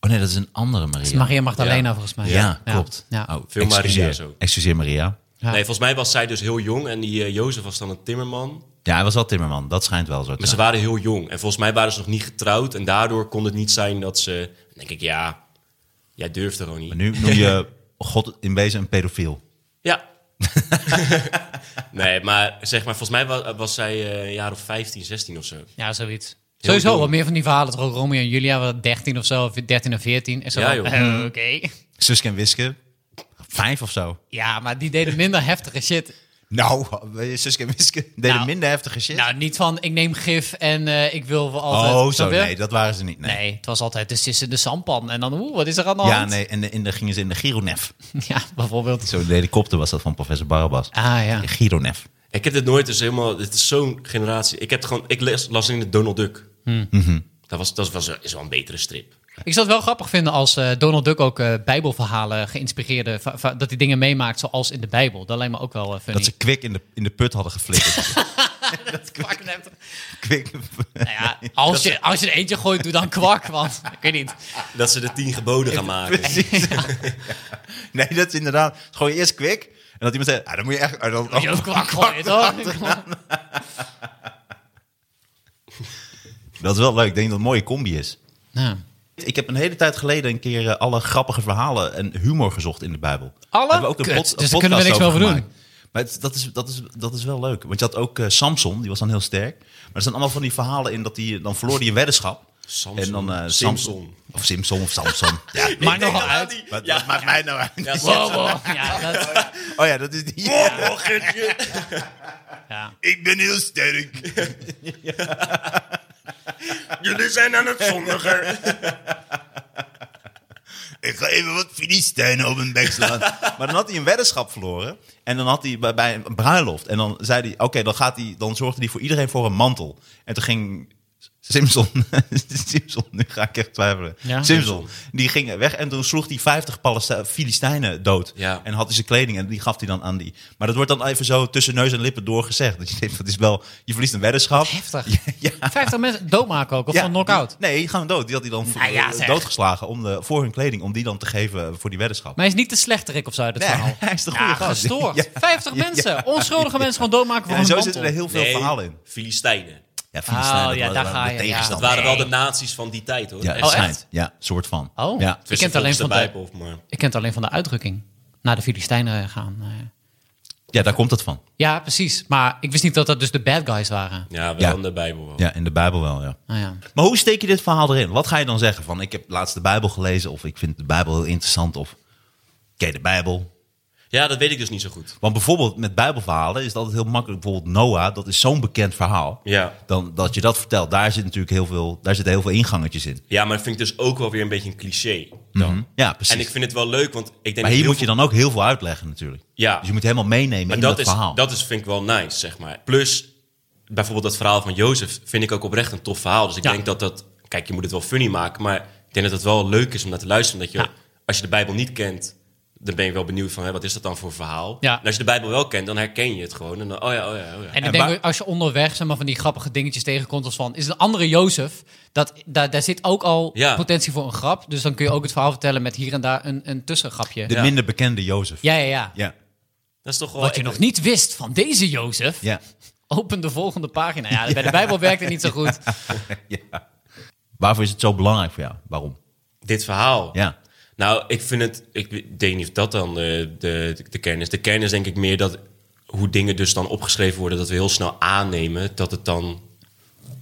Speaker 3: Oh nee, dat is een andere Maria.
Speaker 2: Het is Maria Magdalena
Speaker 4: Ja.
Speaker 2: volgens mij.
Speaker 3: Ja, klopt.
Speaker 2: Ja.
Speaker 3: Oh,
Speaker 4: Veel
Speaker 3: excuseer.
Speaker 4: Maria's ook.
Speaker 3: Excuseer Maria.
Speaker 2: Ja.
Speaker 4: Nee, volgens mij was zij dus heel jong en die eh, Jozef was dan een timmerman.
Speaker 3: Ja, hij was wel timmerman. Dat schijnt wel zo te
Speaker 4: Maar ze
Speaker 3: zijn.
Speaker 4: waren heel jong. En volgens mij waren ze nog niet getrouwd. En daardoor kon het niet zijn dat ze... dan denk ik, ja, jij durft er gewoon niet.
Speaker 3: Maar nu noem je God in wezen een pedofiel.
Speaker 4: Ja. nee, maar zeg maar, volgens mij was, was zij eh, een jaar of 15, 16 of zo.
Speaker 2: Ja, zoiets. Sowieso
Speaker 4: dom.
Speaker 2: wat meer van die verhalen. Toch ook Romeo en Julia, wel 13 of zo, of 13 en 14. En zo,
Speaker 4: Ja,
Speaker 2: van,
Speaker 4: joh.
Speaker 2: eh, Oké.
Speaker 3: Suske en Wiske. Vijf of zo.
Speaker 2: Ja, maar die deden minder heftige shit.
Speaker 3: Nou, Suske en Wiske deden
Speaker 2: Nou.
Speaker 3: minder heftige shit.
Speaker 2: Nou, niet van ik neem gif en eh, ik wil voor altijd.
Speaker 3: oh, zo.
Speaker 2: Snap je?
Speaker 3: Nee, dat waren ze niet. Nee.
Speaker 2: Nee, het was altijd de sis in de sampan. En dan, oeh, wat is er aan de
Speaker 3: Ja,
Speaker 2: hand?
Speaker 3: nee, en de, in de, gingen ze in de Gironef.
Speaker 2: Ja, bijvoorbeeld.
Speaker 3: Zo, de helikopter was dat van professor Barabas.
Speaker 2: Ah ja.
Speaker 3: De Gironef.
Speaker 4: Ik heb dit nooit, dus helemaal, dit is zo'n generatie. Ik, heb het gewoon, ik les, las in de Donald Duck.
Speaker 3: Hmm.
Speaker 4: Dat, was, dat was, is wel een betere strip.
Speaker 2: Ik zou het wel grappig vinden als eh, Donald Duck ook eh, bijbelverhalen geïnspireerde... va- va- dat hij dingen meemaakt zoals in de bijbel. Dat lijkt me ook wel eh, funny.
Speaker 3: Dat ze kwik in de, in de put hadden geflikkerd.
Speaker 2: kwak net.
Speaker 3: kwik.
Speaker 2: Nou ja, als je, als je er eentje gooit, doe dan kwak. Want ik weet niet.
Speaker 4: Dat ze de tien geboden gaan maken.
Speaker 3: Precies. Nee, dat is inderdaad. Gewoon eerst kwik. En dat iemand zei, ah, dan moet je echt... ah, dan,
Speaker 2: Moet je ook kwak gooien, toch?
Speaker 3: Dat is wel leuk. Ik denk dat het een mooie combi is.
Speaker 2: Nou,
Speaker 3: Ik heb een hele tijd geleden een keer eh, alle grappige verhalen en humor gezocht in de Bijbel.
Speaker 2: Alle?
Speaker 3: Hebben we ook een
Speaker 2: Kut,
Speaker 3: pod-
Speaker 2: dus
Speaker 3: een
Speaker 2: daar
Speaker 3: podcast
Speaker 2: kunnen we niks meer over doen.
Speaker 3: gemaakt. Maar het- dat, is, dat, is, dat is wel leuk. Want je had ook eh, Samson, die was dan heel sterk. Maar er staan allemaal van die verhalen in dat die, dan verloor hij een weddenschap.
Speaker 4: Samson.
Speaker 3: En dan, eh,
Speaker 4: Simpson.
Speaker 3: Samson. Of Simpson of Samson. ja,
Speaker 2: maar
Speaker 4: denk
Speaker 2: nogal
Speaker 4: dat
Speaker 2: uit.
Speaker 4: die-
Speaker 3: wat, wat maakt mij nou uit?
Speaker 4: Ja,
Speaker 2: Wow, wow. Ja, dat,
Speaker 3: Oh ja, dat is die.
Speaker 4: Oh, Gertje.
Speaker 2: ja.
Speaker 3: Ik ben heel sterk.
Speaker 4: Jullie zijn aan het zondigen.
Speaker 3: Ik ga even wat Filistijnen op mijn bek slaan. maar dan had hij een weddenschap verloren. En dan had hij bij, bij een bruiloft. En dan zei hij, oké, dan gaat hij, dan zorgde hij voor iedereen voor een mantel. En toen ging Simpson, Simpson nu ga ik echt twijfelen.
Speaker 2: Ja.
Speaker 3: Simpson, die ging weg en toen sloeg hij 50 Palesti- Filistijnen dood.
Speaker 4: Ja.
Speaker 3: En had hij zijn kleding en die gaf hij dan aan die. Maar dat wordt dan even zo tussen neus en lippen doorgezegd. Dat je denkt, dat is wel, je verliest een weddenschap.
Speaker 2: Heftig.
Speaker 3: Ja,
Speaker 2: 50 mensen doodmaken ook, of van knock-out.
Speaker 3: die- Nee, die gaan dood. Die had hij dan
Speaker 2: Nou ja, zeg.
Speaker 3: doodgeslagen om de, voor hun kleding, om die dan te geven voor die weddenschap.
Speaker 2: Maar hij is niet de slechterik of zo uit het
Speaker 3: Nee,
Speaker 2: verhaal.
Speaker 3: hij is de goede
Speaker 2: ja,
Speaker 3: gast.
Speaker 2: Gestoord.
Speaker 3: Ja.
Speaker 2: 50 mensen, onschuldige mensen gewoon doodmaken
Speaker 3: Ja,
Speaker 2: voor
Speaker 3: en
Speaker 2: een
Speaker 3: zo
Speaker 2: mantel.
Speaker 3: zitten er heel veel
Speaker 4: Nee,
Speaker 3: verhalen in.
Speaker 4: Filistijnen.
Speaker 3: Ja,
Speaker 2: Oh, ja, daar ga je, ja.
Speaker 4: Dat
Speaker 3: tegenstand.
Speaker 4: waren wel
Speaker 2: Nee.
Speaker 4: de naties van die tijd, hoor.
Speaker 3: Ja,
Speaker 4: Echt.
Speaker 3: het
Speaker 2: Oh, echt?
Speaker 3: schijnt. Ja, soort van.
Speaker 2: Oh,
Speaker 3: Ja.
Speaker 2: ik,
Speaker 4: Tussen
Speaker 2: ken het alleen
Speaker 4: volgens
Speaker 2: van
Speaker 4: de
Speaker 2: de,
Speaker 4: Bijbel, maar...
Speaker 2: ik ken het alleen van de uitdrukking. Naar de Filistijnen gaan. eh.
Speaker 3: ja, daar komt het van.
Speaker 2: Ja, precies. Maar ik wist niet dat dat dus de bad guys waren.
Speaker 4: Ja, wel
Speaker 3: Ja.
Speaker 4: in de Bijbel. wel.
Speaker 3: Ja, in de Bijbel wel, ja.
Speaker 2: Nou ja.
Speaker 3: Maar hoe steek je dit verhaal erin? Wat ga je dan zeggen? Van, ik heb laatst de Bijbel gelezen of ik vind de Bijbel heel interessant of... Oké, de Bijbel,
Speaker 4: Ja, dat weet ik dus niet zo goed.
Speaker 3: Want bijvoorbeeld met Bijbelverhalen is het altijd heel makkelijk. Bijvoorbeeld Noah, dat is zo'n bekend verhaal.
Speaker 4: Ja.
Speaker 3: Dan, dat je dat vertelt, daar zit natuurlijk heel veel, daar zitten heel veel ingangetjes in. Hm?
Speaker 4: Ja, maar dat vind ik dus ook wel weer een beetje een cliché. Dan.
Speaker 3: Ja, precies.
Speaker 4: En ik vind het wel leuk, want ik denk...
Speaker 3: maar hier
Speaker 4: heel
Speaker 3: moet je dan ook heel veel uitleggen natuurlijk.
Speaker 4: Ja.
Speaker 3: Dus je moet helemaal meenemen
Speaker 4: Maar
Speaker 3: in
Speaker 4: dat,
Speaker 3: dat,
Speaker 4: is,
Speaker 3: verhaal.
Speaker 4: dat is, vind ik wel nice, zeg maar. Plus, bijvoorbeeld dat verhaal van Jozef vind ik ook oprecht een tof verhaal. Dus ik
Speaker 2: Ja.
Speaker 4: denk dat dat... Kijk, je moet het wel funny maken, maar ik denk dat het wel leuk is om naar te luisteren. Omdat je,
Speaker 2: Ja.
Speaker 4: als je de Bijbel niet kent, dan ben je wel benieuwd van... Hè, wat is dat dan voor verhaal?
Speaker 2: Ja.
Speaker 4: En als je de Bijbel wel kent, dan herken je het gewoon. En dan, oh ja, oh ja, oh
Speaker 2: En
Speaker 4: ja.
Speaker 2: ik
Speaker 3: En
Speaker 2: denk
Speaker 3: waar-
Speaker 2: ook als je onderweg zeg maar, van die grappige dingetjes tegenkomt als van... Is een andere Jozef, dat, daar, daar zit ook al
Speaker 4: Ja.
Speaker 2: potentie voor een grap. Dus dan kun je ook het verhaal vertellen met hier en daar een, een tussengrapje.
Speaker 3: De
Speaker 4: Ja.
Speaker 3: minder bekende Jozef.
Speaker 2: Ja, ja, ja.
Speaker 3: Ja.
Speaker 4: dat is toch wel...
Speaker 2: Wat je nog niet wist van deze Jozef...
Speaker 3: Ja.
Speaker 2: Open de volgende pagina. Ja, bij de Bijbel werkt het niet zo goed.
Speaker 3: Waarvoor is het zo belangrijk voor jou? Waarom?
Speaker 4: Dit verhaal.
Speaker 3: Ja.
Speaker 4: Nou, ik vind het. Ik denk niet of dat dan de, de, de kern is. De kern is denk ik meer dat hoe dingen dus dan opgeschreven worden, dat we heel snel aannemen dat het dan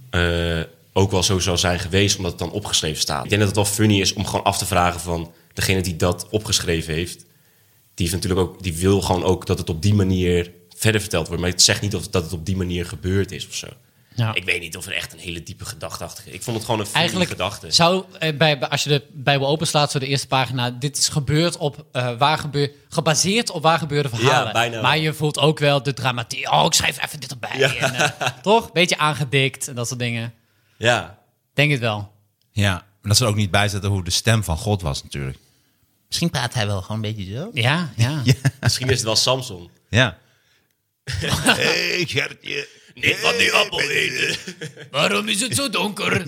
Speaker 4: eh, ook wel zo zou zijn geweest, omdat het dan opgeschreven staat. Ik denk dat het wel funny is om gewoon af te vragen van degene die dat opgeschreven heeft, die, heeft natuurlijk ook, die wil gewoon ook dat het op die manier verder verteld wordt. Maar het zegt niet of dat het op die manier gebeurd is of zo.
Speaker 2: Ja.
Speaker 4: Ik weet niet of er echt een hele diepe gedachte achter is. Ik vond het gewoon een funny
Speaker 2: Eigenlijk
Speaker 4: gedachte.
Speaker 2: zou, eh, bij, bij- als je de Bijbel openslaat, zo de eerste pagina, dit is gebeurd op, eh, waar gebeur, gebaseerd op waar gebeurde verhalen.
Speaker 4: Ja, bijna wel.
Speaker 2: Maar je voelt ook wel de dramatie. Oh, ik schrijf even dit erbij. En, eh, toch? Beetje aangedikt en dat soort dingen.
Speaker 4: Ja.
Speaker 2: Denk het wel.
Speaker 3: Ja. Maar dat ze er ook niet bij zetten hoe de stem van God was natuurlijk. Misschien praat hij wel gewoon een beetje zo.
Speaker 2: Ja, ja.
Speaker 4: Misschien is het wel Samson.
Speaker 3: Ja. hey, Gertje.
Speaker 4: Ik wat die appel eten.
Speaker 2: Waarom is het zo donker?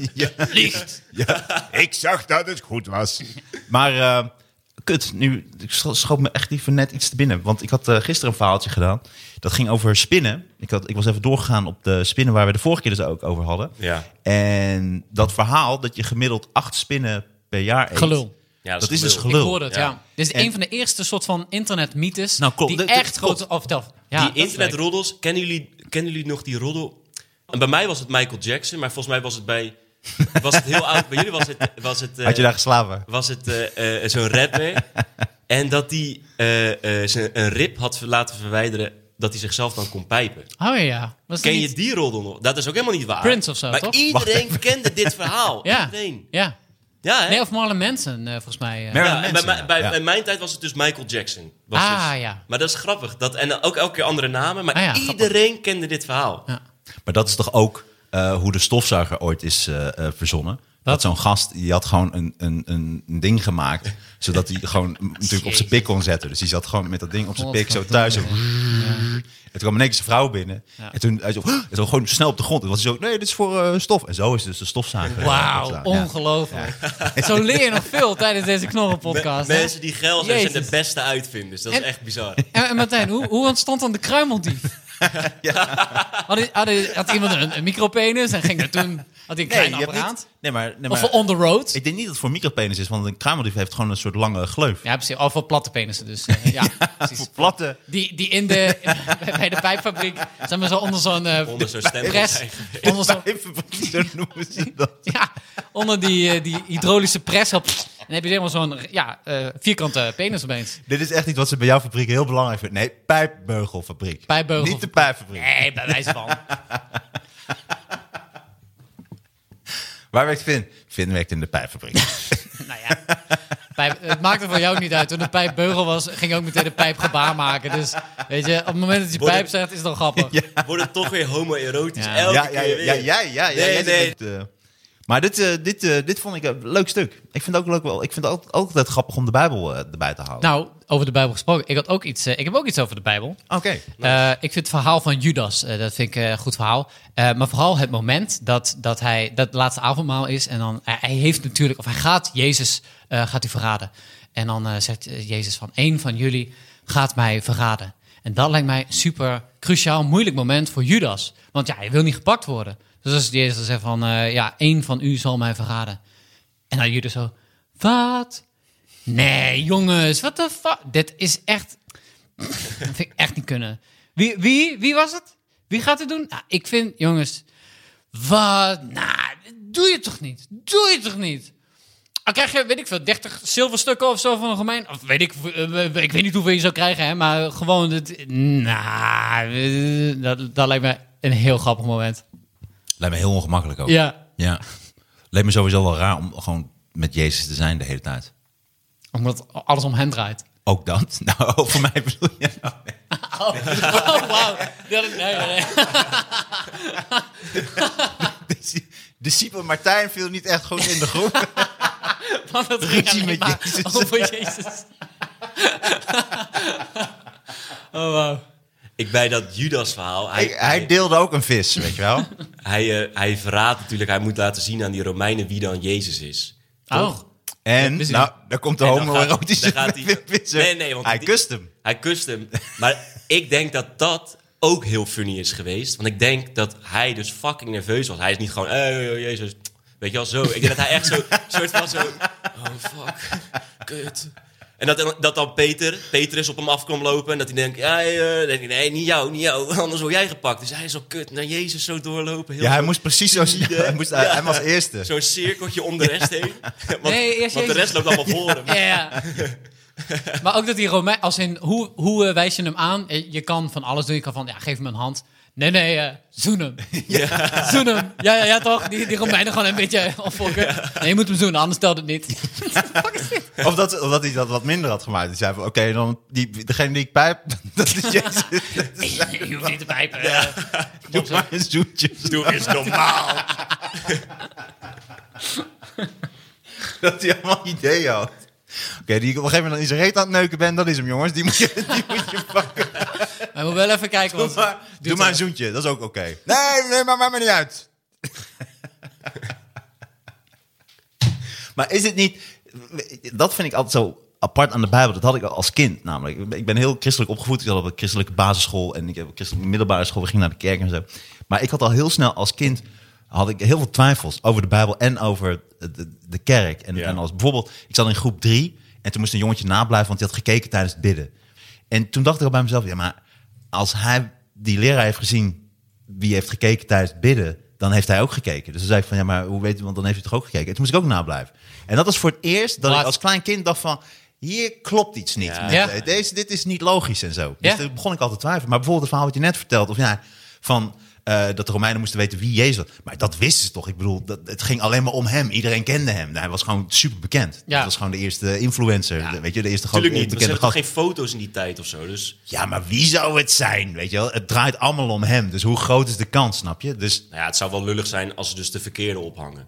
Speaker 2: Licht.
Speaker 6: Ik zag dat het goed was.
Speaker 3: Maar eh, kut, nu ik scho- schoot me echt even net iets te binnen. Want ik had eh, gisteren een verhaaltje gedaan. Dat ging over spinnen. Ik, had, ik was even doorgegaan op de spinnen waar we de vorige keer dus ook over hadden.
Speaker 4: Ja.
Speaker 3: En dat verhaal dat je gemiddeld acht spinnen per jaar eet.
Speaker 2: Gelul.
Speaker 4: Ja,
Speaker 3: dat,
Speaker 4: dat is
Speaker 3: is dus
Speaker 4: gelul.
Speaker 2: Ik
Speaker 3: gelul.
Speaker 2: hoorde het, ja.
Speaker 4: Ja.
Speaker 2: Dit is
Speaker 3: En-
Speaker 2: een van de eerste soort van internetmythes
Speaker 3: Nou, klopt.
Speaker 2: die
Speaker 3: Dit- dit
Speaker 2: echt
Speaker 3: klopt.
Speaker 2: grote... Of, of, ja, dat is leuk.
Speaker 4: die internetroddels, kennen jullie, kennen jullie nog die roddel? En bij mij was het Michael Jackson, maar volgens mij was het bij was het heel oud. Bij jullie was het... Was het eh,
Speaker 3: Had je daar geslapen?
Speaker 4: was het eh, eh, zo'n redner. en dat hij eh, eh, zijn- een rib had ver- laten verwijderen dat hij zichzelf dan kon pijpen.
Speaker 2: Oh ja, ja. Was dat
Speaker 4: Ken je
Speaker 2: niet-
Speaker 4: die roddel nog? Dat is ook helemaal niet waar.
Speaker 2: Prince of zo,
Speaker 4: Maar
Speaker 2: toch?
Speaker 4: iedereen kende dit verhaal.
Speaker 2: Ja.
Speaker 4: Iedereen.
Speaker 2: Ja.
Speaker 4: Ja, hè?
Speaker 2: Nee, of Marlon Manson, eh, volgens mij. eh.
Speaker 3: Mer-
Speaker 4: Ja,
Speaker 3: Marilyn
Speaker 4: en bij,
Speaker 3: Manson,
Speaker 4: mij-
Speaker 3: ja.
Speaker 4: bij,
Speaker 3: Ja.
Speaker 4: bij mijn tijd was het dus Michael Jackson. Was
Speaker 2: Ah,
Speaker 4: het.
Speaker 2: ja.
Speaker 4: Maar dat is grappig. Dat, en ook elke keer andere namen. Maar
Speaker 2: Ah, ja,
Speaker 4: iedereen kende dit verhaal.
Speaker 2: Ja.
Speaker 3: Maar dat is toch ook eh, hoe de stofzuiger ooit is eh, eh, verzonnen? Dat zo'n gast, die had gewoon een, een, een ding gemaakt, zodat hij gewoon m- natuurlijk op zijn pik kon zetten. Dus die zat gewoon met dat ding op zijn pik zo thuis. Zo, Het kwam ineens een vrouw binnen. En toen hij zo, "Huh!" en toen gewoon snel op de grond. Het was hij zo, nee, dit is voor eh, stof. En zo is dus de stofzuiger. eh,
Speaker 2: Wauw,
Speaker 3: ontstaan. Ja.
Speaker 2: ongelooflijk. Zo leer je nog veel tijdens deze Knorren-podcast. hè?
Speaker 4: Mensen die geil zijn, zijn de
Speaker 2: Jezus.
Speaker 4: beste uitvinders. Dat
Speaker 2: En-
Speaker 4: is echt bizar.
Speaker 2: En, en Martijn, hoe, hoe ontstond dan de kruimeldief? Had, hij- had, hij- had iemand een, een micropenis en ging er toen... Had hij een klein
Speaker 3: Nee, je hebt
Speaker 2: apparaat?
Speaker 3: niet, nee, maar, nee,
Speaker 2: Of voor
Speaker 3: maar
Speaker 2: on the road?
Speaker 3: ik denk niet dat het voor micropenis is, want een krameldief heeft gewoon een soort lange gleuf.
Speaker 2: Ja, precies. Of voor platte penissen dus. eh, ja, precies.
Speaker 3: Voor platte...
Speaker 2: Die, die in de, bij de pijpfabriek, zeg maar zo onder zo'n eh,
Speaker 4: Onder zo'n stempel
Speaker 2: pres.
Speaker 4: zijn
Speaker 2: Onder zo'n
Speaker 3: Zo noemen ze dat.
Speaker 2: Ja, onder die, eh, die hydraulische press. Op, en dan heb je helemaal zo'n ja, eh, vierkante penis opeens.
Speaker 3: Dit is echt niet wat ze bij jouw fabriek heel belangrijk vinden. Nee, pijpbeugelfabriek.
Speaker 2: Pijpbeugel-
Speaker 3: Niet de pijpfabriek.
Speaker 2: Nee, bij wijze van.
Speaker 3: Waar werkt Finn? Finn werkt in de pijpfabriek.
Speaker 2: Nou ja, pijp- eh, het maakte voor jou niet uit. Toen de pijpbeugel was, ging je ook meteen de pijp gebaar maken. Dus weet je, op het moment dat je
Speaker 4: Wordt
Speaker 2: pijp
Speaker 4: het-
Speaker 2: zegt, is het al grappig.
Speaker 4: Wordt het toch weer homoerotisch.
Speaker 2: Ja.
Speaker 4: Elke
Speaker 3: ja, ja,
Speaker 4: keer
Speaker 3: ja,
Speaker 4: weer.
Speaker 3: ja, ja, ja,
Speaker 4: Nee,
Speaker 3: jij zit
Speaker 4: nee.
Speaker 3: met, eh, maar dit, eh, dit, eh, dit vond ik een leuk stuk. Ik vind het ook, leuk, wel, ik vind het ook altijd grappig om de Bijbel eh, erbij te halen.
Speaker 2: Nou, over de Bijbel gesproken. Ik, had ook iets, eh, ik heb ook iets over de Bijbel.
Speaker 3: Oké.
Speaker 2: Eh, ik vind het verhaal van Judas, eh, dat vind ik eh, een goed verhaal. Eh, maar vooral het moment dat, dat hij dat het laatste avondmaal is. En dan, hij- hij heeft natuurlijk, of hij gaat Jezus eh, gaat hij verraden. En dan eh, zegt eh, Jezus van, één van jullie gaat mij verraden. En dat lijkt mij een super cruciaal, moeilijk moment voor Judas. Want ja, hij wil niet gepakt worden. Dus als Jezus dan zegt van, eh, ja, één van u zal mij verraden. En dan Judas zo, wat? Nee, jongens, wat de fuck? Dit is echt... Dat vind ik echt niet kunnen. Wie, wie, wie was het? Wie gaat het doen? Nou, ik vind, jongens, wat? Nou, dit doe je toch niet? Doe je toch niet? Dan krijg je, weet ik veel, 30 zilverstukken of zo van een gemeen. Of weet ik, eh, eh, ik weet niet hoeveel je zou krijgen, hè, maar gewoon, het, nou, eh, dat, dat lijkt me een heel grappig moment.
Speaker 3: Lijkt me heel ongemakkelijk ook.
Speaker 2: Ja,
Speaker 3: ja. Lijkt me sowieso wel raar om gewoon met Jezus te zijn de hele tijd.
Speaker 2: omdat alles om hem draait.
Speaker 3: Ook dat. Nou, voor mij bedoel je...
Speaker 2: Oh, oh wauw. Ja, dat- nee, nee, nee.
Speaker 3: De discipel Martijn viel niet echt goed in de groep.
Speaker 2: Want het ging
Speaker 3: Ruzie
Speaker 2: alleen
Speaker 3: met
Speaker 2: maar
Speaker 3: Jezus.
Speaker 2: over Jezus. oh, wauw.
Speaker 4: Ik bij dat Judas verhaal. Hij,
Speaker 3: Hij, hij deelde ook een vis, weet je wel.
Speaker 4: hij, eh, hij verraadt natuurlijk. Hij moet laten zien aan die Romeinen wie dan Jezus is.
Speaker 2: Oh.
Speaker 3: En,
Speaker 2: wist ik
Speaker 3: nou, daar komt de
Speaker 4: En dan
Speaker 3: homoerotische
Speaker 4: gaat- dan gaat hij-
Speaker 3: visser.
Speaker 4: Nee, nee, want
Speaker 3: hij
Speaker 4: die-
Speaker 3: kust hem.
Speaker 4: Hij kust hem. Maar ik denk dat dat ook heel funny is geweest. Want ik denk dat hij dus fucking nerveus was. Hij is niet gewoon, eh, oh, Jezus. Weet je wel, zo. Ik denk dat hij echt zo, soort van zo, oh fuck, kut. En dat, dat dan Peter, Petrus op hem af kwam lopen. En dat hij denkt, ja, eh, nee, nee, niet jou, niet jou. Anders word jij gepakt. Dus hij is al kut naar Jezus zo doorlopen. Heel
Speaker 3: Ja, hij
Speaker 4: zo-
Speaker 3: moest precies zo... Hij, moest, hij, hij was eerste.
Speaker 4: Zo'n cirkeltje om de rest heen. Want,
Speaker 2: Nee, eerst
Speaker 4: want de
Speaker 2: Jezus.
Speaker 4: rest loopt allemaal voor hem.
Speaker 2: Ja, ja. maar ook dat die Romein, als in, hoe, hoe eh, wijs je hem aan? Eh, Je kan van alles doen. Je kan van, ja, geef hem een hand. Nee, nee, eh, zoen hem. Zoen hem. Ja, ja, ja, toch? Die, die Romeinen gewoon een beetje opfokken. Nee, je moet hem zoenen, anders telt het niet.
Speaker 3: Of dat, of dat hij dat wat minder had gemaakt. Hij zei van, oké, dan die, degene die ik pijp, dat is Jezus.
Speaker 2: Je hoeft niet te pijpen.
Speaker 3: Doe maar een zoentje.
Speaker 4: Doe eens normaal.
Speaker 3: Dat hij allemaal ideeën had. Oké, die ik op een gegeven moment in zijn reet aan het neuken ben, dat is hem, jongens. Die moet je, die moet je pakken.
Speaker 2: Maar we moeten wel even kijken.
Speaker 3: Doe
Speaker 2: Want,
Speaker 3: maar, doe
Speaker 2: het
Speaker 3: maar een
Speaker 2: wel.
Speaker 3: zoentje, dat is ook oké. Nee, nee, maar maakt me niet uit. maar is het niet... Dat vind ik altijd zo apart aan de Bijbel. Dat had ik al als kind namelijk. Ik ben- Ik ben heel christelijk opgevoed. Ik had op een christelijke basisschool en ik heb op een christelijke middelbare school. We gingen naar de kerk en zo. Maar ik had al heel snel als kind... had ik heel veel twijfels over de Bijbel en over de, de kerk. En, en als bijvoorbeeld... Ik zat in groep drie en toen moest een jongetje nablijven... want die had gekeken tijdens het bidden. En toen dacht ik al bij mezelf... ja, maar als hij die leraar heeft gezien wie heeft gekeken tijdens het bidden, dan heeft hij ook gekeken. Dus dan zei ik van, ja, maar hoe weet je, want dan heeft hij toch ook gekeken. En toen moest ik ook nablijven. En dat was voor het eerst dat
Speaker 2: Wat?
Speaker 3: ik als klein kind dacht van, hier klopt iets niet.
Speaker 4: Ja.
Speaker 3: Met,
Speaker 2: Ja.
Speaker 3: eh, Deze, dit is niet logisch en zo. Dus
Speaker 2: Ja.
Speaker 3: toen begon ik altijd te twijfelen. Maar bijvoorbeeld het verhaal wat je net vertelt, of ja, van... eh, dat de Romeinen moesten weten wie Jezus was. Maar dat wisten ze toch? Ik bedoel, dat, het ging alleen maar om hem. Iedereen kende hem. Nou, Hij was gewoon super bekend.
Speaker 2: Ja.
Speaker 3: Hij was gewoon de eerste influencer. De- weet je, de eerste
Speaker 4: Tuurlijk
Speaker 3: grote
Speaker 4: niet, want ze hebben toch
Speaker 3: gast.
Speaker 4: geen foto's in die tijd of zo. Dus
Speaker 3: Ja, maar wie zou het zijn? Weet je wel? Het draait allemaal om hem. Dus hoe groot is de kans, snap je? Dus
Speaker 4: nou ja, het zou wel lullig zijn als ze dus de verkeerde ophangen.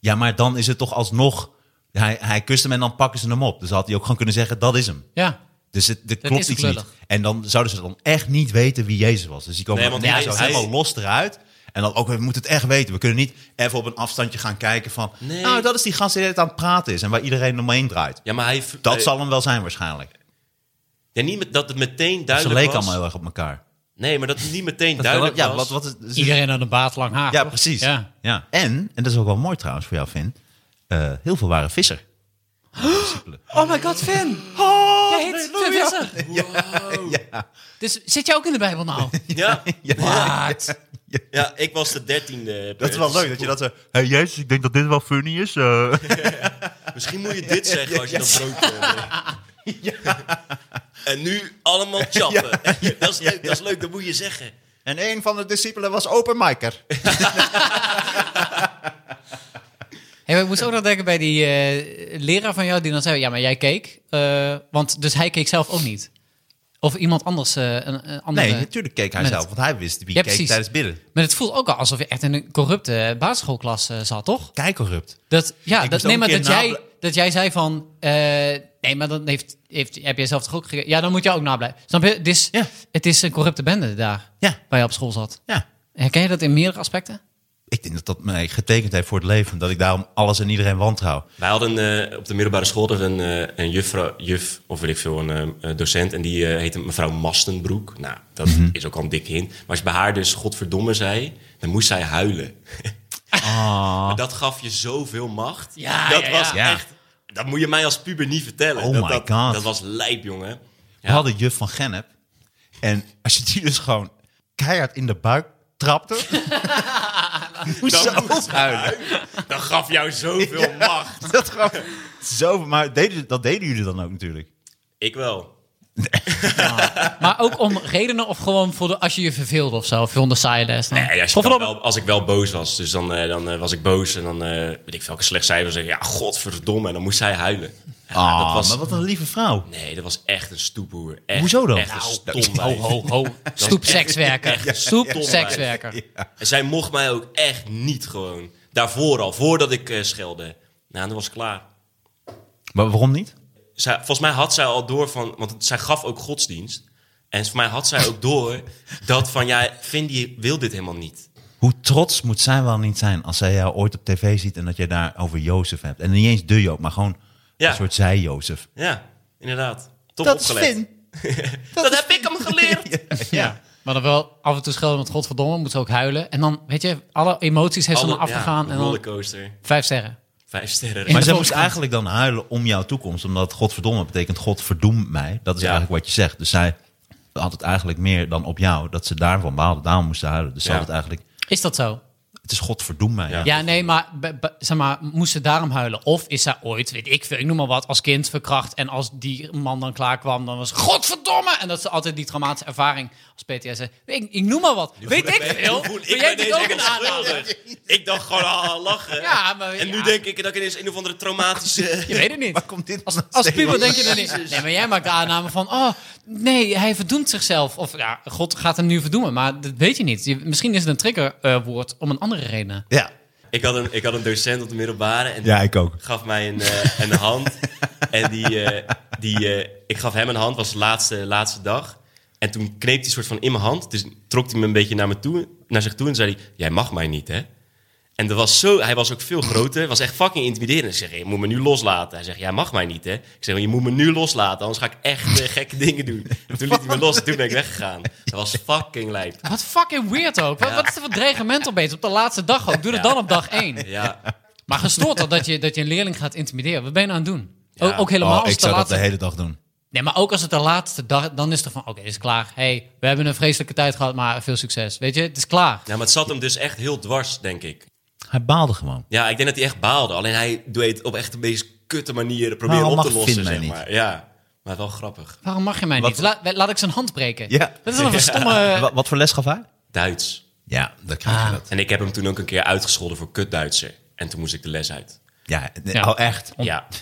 Speaker 3: ja, maar dan is het toch alsnog. Hij, hij kust hem en dan pakken ze hem op. Dus had hij ook gewoon kunnen zeggen: dat is hem.
Speaker 2: Ja.
Speaker 3: Dus het, dit
Speaker 2: Dat is
Speaker 3: klopt
Speaker 2: ook
Speaker 3: iets niet.
Speaker 2: lullig.
Speaker 3: En dan zouden ze dan echt niet weten wie Jezus was. Dus die komen
Speaker 4: Nee,
Speaker 3: dan
Speaker 4: want
Speaker 3: ineens
Speaker 4: hij-
Speaker 3: zo
Speaker 4: hij-
Speaker 3: helemaal los eruit. En dan ook, we moeten het echt weten. We kunnen niet even op een afstandje gaan kijken van...
Speaker 4: Nee.
Speaker 3: Nou, dat is die gast die net aan het praten is en waar iedereen omheen draait.
Speaker 4: Ja, maar hij...
Speaker 3: Dat
Speaker 4: hij-
Speaker 3: zal hem wel zijn waarschijnlijk.
Speaker 4: Ja, niet met, dat het meteen
Speaker 3: Ze
Speaker 4: duidelijk
Speaker 3: leken
Speaker 4: was.
Speaker 3: allemaal heel erg op elkaar.
Speaker 4: Nee, maar dat het niet meteen duidelijk
Speaker 3: ja,
Speaker 4: was.
Speaker 3: wat, wat is,
Speaker 2: Iedereen aan de baat lang haar.
Speaker 3: Ja,
Speaker 2: toch?
Speaker 3: precies.
Speaker 2: dus- Ja.
Speaker 3: Ja. En, en dat is ook wel mooi trouwens voor jou, Vin. eh, heel veel waren visser.
Speaker 2: Oh my god, Finn! Jij heet Finn Visser. Dus zit jij ook in de Bijbel nou?
Speaker 4: Ja,
Speaker 2: Wat?
Speaker 4: ja, ik was de dertiende.
Speaker 3: Dat is wel leuk dat eh, je dat zo... Hey Jezus, ik denk dat dit wel funny is. eh.
Speaker 4: Dus Misschien moet je dit zeggen als je dat brood wil. En nu allemaal chappen. Dat, is leuk, dat is leuk, dat moet je zeggen.
Speaker 3: En een van de discipelen was openmiker.
Speaker 2: Hey, maar ik moest ook nog denken bij die eh, leraar van jou die dan zei: Ja, maar jij keek. eh, want dus hij keek zelf ook niet. Of iemand anders. eh, een, een andere.
Speaker 3: Nee, natuurlijk keek hij
Speaker 2: Met-
Speaker 3: zelf, want hij wist wie
Speaker 2: Ja,
Speaker 3: keek
Speaker 2: precies.
Speaker 3: tijdens bidden.
Speaker 2: Maar het voelt ook al alsof je echt in een corrupte basisschoolklas eh, zat, toch?
Speaker 3: Kijkcorrupt.
Speaker 2: Dat, ja,
Speaker 3: Ik
Speaker 2: dat,
Speaker 3: moest
Speaker 2: nee,
Speaker 3: ook
Speaker 2: maar
Speaker 3: een
Speaker 2: dat
Speaker 3: keer
Speaker 2: jij,
Speaker 3: nabla-
Speaker 2: dat jij zei van... eh, nee, maar dan heeft, heeft, heb jij zelf toch ook gekeken? Ja, dan moet je ook nablijven. Snap je? Het is,
Speaker 3: Ja.
Speaker 2: het is een corrupte bende daar,
Speaker 3: Ja.
Speaker 2: waar je op school zat.
Speaker 3: Ja.
Speaker 2: Herken je dat in meerdere aspecten?
Speaker 3: Ik denk dat dat mij getekend heeft voor het leven. Dat ik daarom alles en iedereen wantrouw.
Speaker 4: Wij hadden eh, op de middelbare school er een, eh, een juffrouw, juf, of weet ik veel, een eh, eh, docent. En die eh, heette mevrouw Mastenbroek. Nou, dat
Speaker 3: Mhm.
Speaker 4: is ook al een dik hint. Maar als je bij haar dus godverdomme zei, dan moest zij huilen. Maar dat gaf je zoveel macht.
Speaker 2: Ja,
Speaker 4: dat
Speaker 2: ja, ja.
Speaker 4: was
Speaker 3: Ah. Ja.
Speaker 4: echt... Dat moet je mij als puber niet vertellen.
Speaker 3: Oh
Speaker 4: dat,
Speaker 3: my
Speaker 4: dat,
Speaker 3: God.
Speaker 4: Dat was lijp, jongen.
Speaker 3: We hadden juf van Gennep. En als je die dus gewoon keihard in de buik trapte... moest
Speaker 4: Dan
Speaker 3: ze
Speaker 4: moest
Speaker 3: ook huilen.
Speaker 4: Dat gaf jou zoveel macht.
Speaker 3: Dat gewoon zo... Maar deden, dat deden jullie dan ook natuurlijk.
Speaker 4: Ik wel.
Speaker 2: Maar ook om redenen of gewoon voor de, als je je verveelde of zo? Of je vond de saaie les? dan?
Speaker 4: Nee, als, je dan
Speaker 2: Godverdomme.
Speaker 4: wel, als ik wel boos was, dus dan, eh, dan eh, was ik boos en dan eh, weet ik veel, ik slecht cijfer zeggen, ja, godverdomme, en dan moest zij huilen. Ja,
Speaker 3: Ah,
Speaker 4: dat was,
Speaker 3: maar wat een lieve vrouw.
Speaker 4: Nee, dat was echt een stoephoer. Echt,
Speaker 3: Hoezo dan?
Speaker 4: Echt een
Speaker 3: Nou,
Speaker 4: stom wijf.
Speaker 2: Oh, Stoep sekswerker. Stoep
Speaker 4: ja.
Speaker 2: sekswerker.
Speaker 4: En Zij mocht mij ook echt niet gewoon. Daarvoor al, voordat ik eh, schelde. Nou, dan was ik klaar.
Speaker 3: Maar waarom niet?
Speaker 4: zij, volgens mij had zij al door van, want zij gaf ook godsdienst. En voor mij had zij ook door dat van, ja, Vindy wil dit helemaal niet.
Speaker 3: Hoe trots moet zij wel niet zijn als zij jou ooit op tv ziet en dat jij daar over Jozef hebt. En niet eens de Joop, maar gewoon
Speaker 4: Ja.
Speaker 3: een soort zij-Jozef.
Speaker 4: Ja, inderdaad. Toch
Speaker 3: Dat is
Speaker 4: opgelet.
Speaker 3: Finn.
Speaker 4: Dat, heb ik hem geleerd.
Speaker 2: Ja. Maar dan wel af en toe schelden met godverdomme, moet ze ook huilen. En dan, weet je, alle emoties heeft ze
Speaker 4: Alle-
Speaker 2: dan afgegaan.
Speaker 4: ja,
Speaker 2: en dan
Speaker 4: rollercoaster.
Speaker 2: vijf sterren.
Speaker 4: Vijf
Speaker 3: Maar
Speaker 4: sterren.
Speaker 2: de
Speaker 3: zij moest
Speaker 2: Volkskrant.
Speaker 3: eigenlijk dan huilen om jouw toekomst. Omdat godverdomme betekent God verdoem mij. Dat is
Speaker 4: Ja.
Speaker 3: eigenlijk wat je zegt. Dus zij had het eigenlijk meer dan op jou. Dat ze daarvan baalde. Daarom moest ze huilen. Dus ze
Speaker 4: Ja.
Speaker 3: had het eigenlijk...
Speaker 2: Is dat zo?
Speaker 3: Het is God verdoem mij.
Speaker 4: Ja.
Speaker 2: Ja, nee, maar, be- be- zeg maar moest ze daarom huilen? Of is zij ooit, weet ik veel, ik noem maar wat, als kind verkracht. En als die man dan klaar kwam, dan was godverdomme. En dat ze altijd die traumatische ervaring als PTSD. Ik, ik noem maar wat. weet ik veel.
Speaker 4: voel
Speaker 2: Ben
Speaker 4: ik
Speaker 2: jij
Speaker 4: ben
Speaker 2: dit
Speaker 4: deze
Speaker 2: ook een
Speaker 4: echt
Speaker 2: aanname?
Speaker 4: schuldig. Ik dacht gewoon, ah, lachen.
Speaker 2: Ja, maar-
Speaker 4: en nu
Speaker 2: ja.
Speaker 4: denk ik dat ik ineens een of andere traumatische...
Speaker 2: Je weet het niet.
Speaker 3: Waar komt dit
Speaker 2: Als,
Speaker 3: nou
Speaker 2: als
Speaker 3: steeds?
Speaker 2: puber denk je dan niet. Nee, maar jij maakt de aanname van, oh, nee, hij verdoemt zichzelf. Of ja, God gaat hem nu verdoemen. Maar dat weet je niet. Je- misschien is het een triggerwoord eh, om een andere reden.
Speaker 3: Ja.
Speaker 4: Ik had, een, ik had een docent op de middelbare en die
Speaker 3: Ja, ik ook.
Speaker 4: gaf mij een, eh, een hand. En die, eh, die, eh, ik gaf hem een hand, was de laatste, laatste dag. En toen kneep hij soort van in mijn hand. Dus trok hij me een beetje naar, me toe, naar zich toe en zei hij, jij mag mij niet, hè? En dat was zo, hij was ook veel groter, was echt fucking intimiderend. Ik zeg, je moet me nu loslaten. Hij zegt, jij mag mij niet, hè? Ik zeg, je moet me nu loslaten, anders ga ik echt eh, gekke dingen doen. En toen liet hij me los en toen ben ik weggegaan. Dat was fucking lijp.
Speaker 2: Wat fucking weird ook. Wat, wat is er voor dreigement opeens op de laatste dag ook? Doe dat dan op dag één.
Speaker 4: Ja,
Speaker 2: Maar gestoord al dat je, dat je een leerling gaat intimideren. Wat ben je nou aan het doen?
Speaker 4: Ja.
Speaker 2: Ook, ook helemaal
Speaker 3: Oh,
Speaker 2: als
Speaker 3: ik
Speaker 2: te
Speaker 3: zou dat de
Speaker 2: laten.
Speaker 3: hele dag doen.
Speaker 2: Nee, maar ook als het de laatste dag, dan is het van, oké, het is klaar. hey, we hebben een vreselijke tijd gehad, maar veel succes. Weet je, het is klaar.
Speaker 4: Ja, maar het zat hem dus echt heel dwars, denk ik.
Speaker 3: Hij baalde gewoon.
Speaker 4: Ja, ik denk dat hij echt baalde. Alleen hij deed het op echt de meest kutte manier proberen
Speaker 3: Waarom
Speaker 4: op te
Speaker 3: mag
Speaker 4: lossen,
Speaker 3: Finn mij
Speaker 4: zeg
Speaker 3: niet?
Speaker 4: maar. Ja, maar wel grappig.
Speaker 2: Waarom mag je mij
Speaker 3: Wat-
Speaker 2: niet? La- laat ik zijn hand breken.
Speaker 3: Ja.
Speaker 2: Dat is wel een stomme...
Speaker 3: Wat, wat voor les gaf hij?
Speaker 4: Duits.
Speaker 3: Ja, dat krijg je dat.
Speaker 4: En ik heb hem toen ook een keer uitgescholden voor kutduitser. En toen moest ik de les uit.
Speaker 3: Ja, nee,
Speaker 2: Ja.
Speaker 3: oh echt.
Speaker 4: Ja,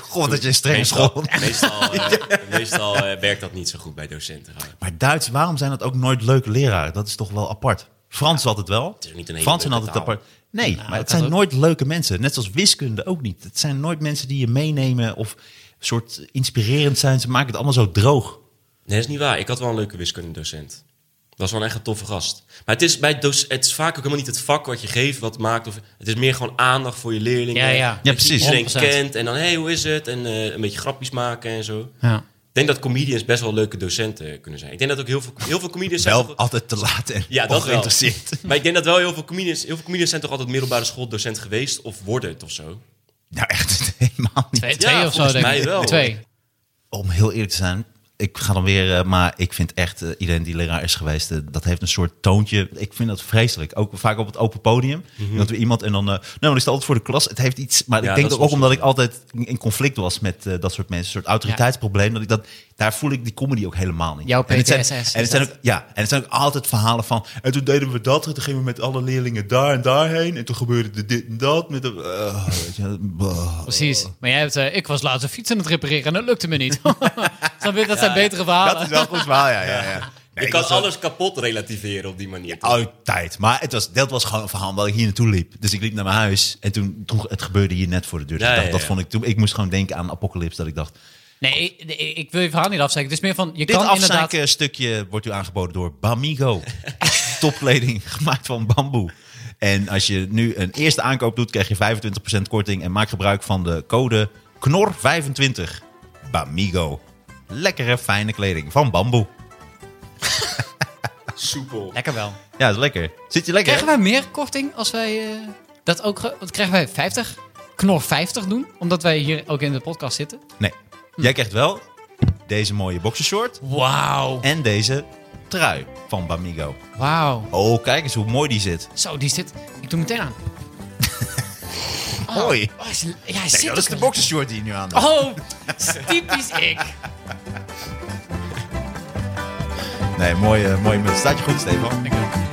Speaker 3: God, dat je een strenge
Speaker 4: meestal,
Speaker 3: school.
Speaker 4: meestal, eh, meestal eh, werkt dat niet zo goed bij docenten. gewoon.
Speaker 3: Maar Duits, waarom zijn dat ook nooit leuke leraren? Dat is toch wel apart. Frans altijd wel.
Speaker 4: is niet een hele
Speaker 3: Frans zijn
Speaker 4: leuke
Speaker 3: altijd
Speaker 4: taal.
Speaker 3: apart. Nee, maar
Speaker 2: dat
Speaker 3: het zijn
Speaker 2: ook.
Speaker 3: nooit leuke mensen. Net zoals wiskunde ook niet. Het zijn nooit mensen die je meenemen of soort inspirerend zijn. Ze maken het allemaal zo droog.
Speaker 4: Nee, dat is niet waar. Ik had wel een leuke wiskundedocent. Dat was wel echt een toffe gast. Maar het is, bij doc- het is vaak ook helemaal niet het vak wat je geeft, wat maakt. Of, het is meer gewoon aandacht voor je leerlingen.
Speaker 2: Ja, ja.
Speaker 4: Dat
Speaker 3: Ja,
Speaker 4: je
Speaker 3: precies.
Speaker 4: Iedereen
Speaker 2: 100%.
Speaker 4: kent en dan, hé, hey, hoe is het? En eh, een beetje grapjes maken en zo.
Speaker 2: Ja.
Speaker 4: Ik denk dat comedians best wel leuke docenten kunnen zijn. Ik denk dat ook heel veel, heel veel comedians... zijn
Speaker 3: Wel
Speaker 4: toch-
Speaker 3: altijd te laat en
Speaker 4: Ja, dat wel.
Speaker 3: ongeïnteresseerd.
Speaker 4: Maar ik denk dat wel heel veel comedians... Heel veel comedians zijn toch altijd middelbare schooldocent geweest of worden het of zo.
Speaker 3: Nou echt, helemaal niet.
Speaker 2: Twee, twee of zo,
Speaker 4: volgens
Speaker 2: denk ik.
Speaker 4: mij wel.
Speaker 3: Oh.
Speaker 2: Twee.
Speaker 3: Om heel eerlijk te zijn, ik ga dan weer, eh, maar ik vind echt eh, iedereen die leraar is geweest, eh, dat heeft een soort toontje. Ik vind dat vreselijk. Ook vaak op het open podium. Dat we iemand en dan, eh, nou, dan is het altijd voor de klas. Het heeft iets, maar
Speaker 4: Mhm. Ja,
Speaker 3: ik denk
Speaker 4: dat
Speaker 3: dat
Speaker 4: is
Speaker 3: ook
Speaker 4: wel
Speaker 3: omdat ik altijd in in conflict was met eh, dat soort mensen, een soort autoriteitsprobleem. Dat ik dat, daar voel ik die comedy ook helemaal niet.
Speaker 2: Jouw
Speaker 3: en het zijn,
Speaker 2: PTSS is
Speaker 3: en het zijn
Speaker 2: dat.
Speaker 3: ook, ja, en het zijn ook altijd verhalen van. En toen deden we dat, en toen gingen we met alle leerlingen daar en daarheen, en toen gebeurde er dit en dat met de. eh, weet je, bah.
Speaker 2: Precies. Maar jij hebt, eh, ik was laatst een fiets aan het repareren en dat lukte me niet. Snap je? Dat zijn betere
Speaker 3: Dat
Speaker 2: verhalen.
Speaker 3: is wel een goed verhaal, ja, ja, ja. Nee,
Speaker 4: je kan
Speaker 3: dat is wel-
Speaker 4: alles kapot relativeren op die manier. toch?
Speaker 3: Altijd. Maar het was, dat was gewoon een verhaal dat ik hier naartoe liep. Dus ik liep naar mijn huis en toen, toen het gebeurde hier net voor de deur. Dus
Speaker 4: Ja,
Speaker 3: ik dacht,
Speaker 4: ja,
Speaker 3: dat
Speaker 4: ja.
Speaker 3: vond ik toen. Ik moest gewoon denken aan Apocalypse. Dat ik dacht,
Speaker 2: Nee, ik, nee, ik wil je verhaal niet afzeggen. Het is meer van, je
Speaker 3: dit
Speaker 2: kan
Speaker 3: afzijken
Speaker 2: inderdaad...
Speaker 3: stukje wordt u aangeboden door Bamigo. Topkleding gemaakt van bamboe. En als je nu een eerste aankoop doet, krijg je 25% korting. En maak gebruik van de code KNOR25. Bamigo. Lekkere, fijne kleding van bamboe.
Speaker 4: Soepel.
Speaker 2: Lekker wel.
Speaker 3: Ja, dat is lekker. Zit je lekker?
Speaker 2: Krijgen wij meer korting als wij eh, dat ook... ge- Wat krijgen wij? 50? Knor 50 doen? Omdat wij hier ook in de podcast zitten?
Speaker 3: Nee. Jij krijgt wel deze mooie boxershort
Speaker 2: Wauw.
Speaker 3: en deze trui van Bamigo.
Speaker 2: Wauw.
Speaker 3: Oh, kijk eens hoe mooi die zit.
Speaker 2: Zo, die zit... Ik doe meteen aan.
Speaker 3: Mooi.
Speaker 2: Oh, hij is- ja, hij zit
Speaker 3: Nee,
Speaker 2: ook
Speaker 3: dat is de
Speaker 2: al-
Speaker 3: boxershort die je nu aan doet.
Speaker 2: Oh, typisch ik.
Speaker 3: Oh. Nee, mooie, mooie muts. Staat je goed, Stefan?
Speaker 2: Dank je wel.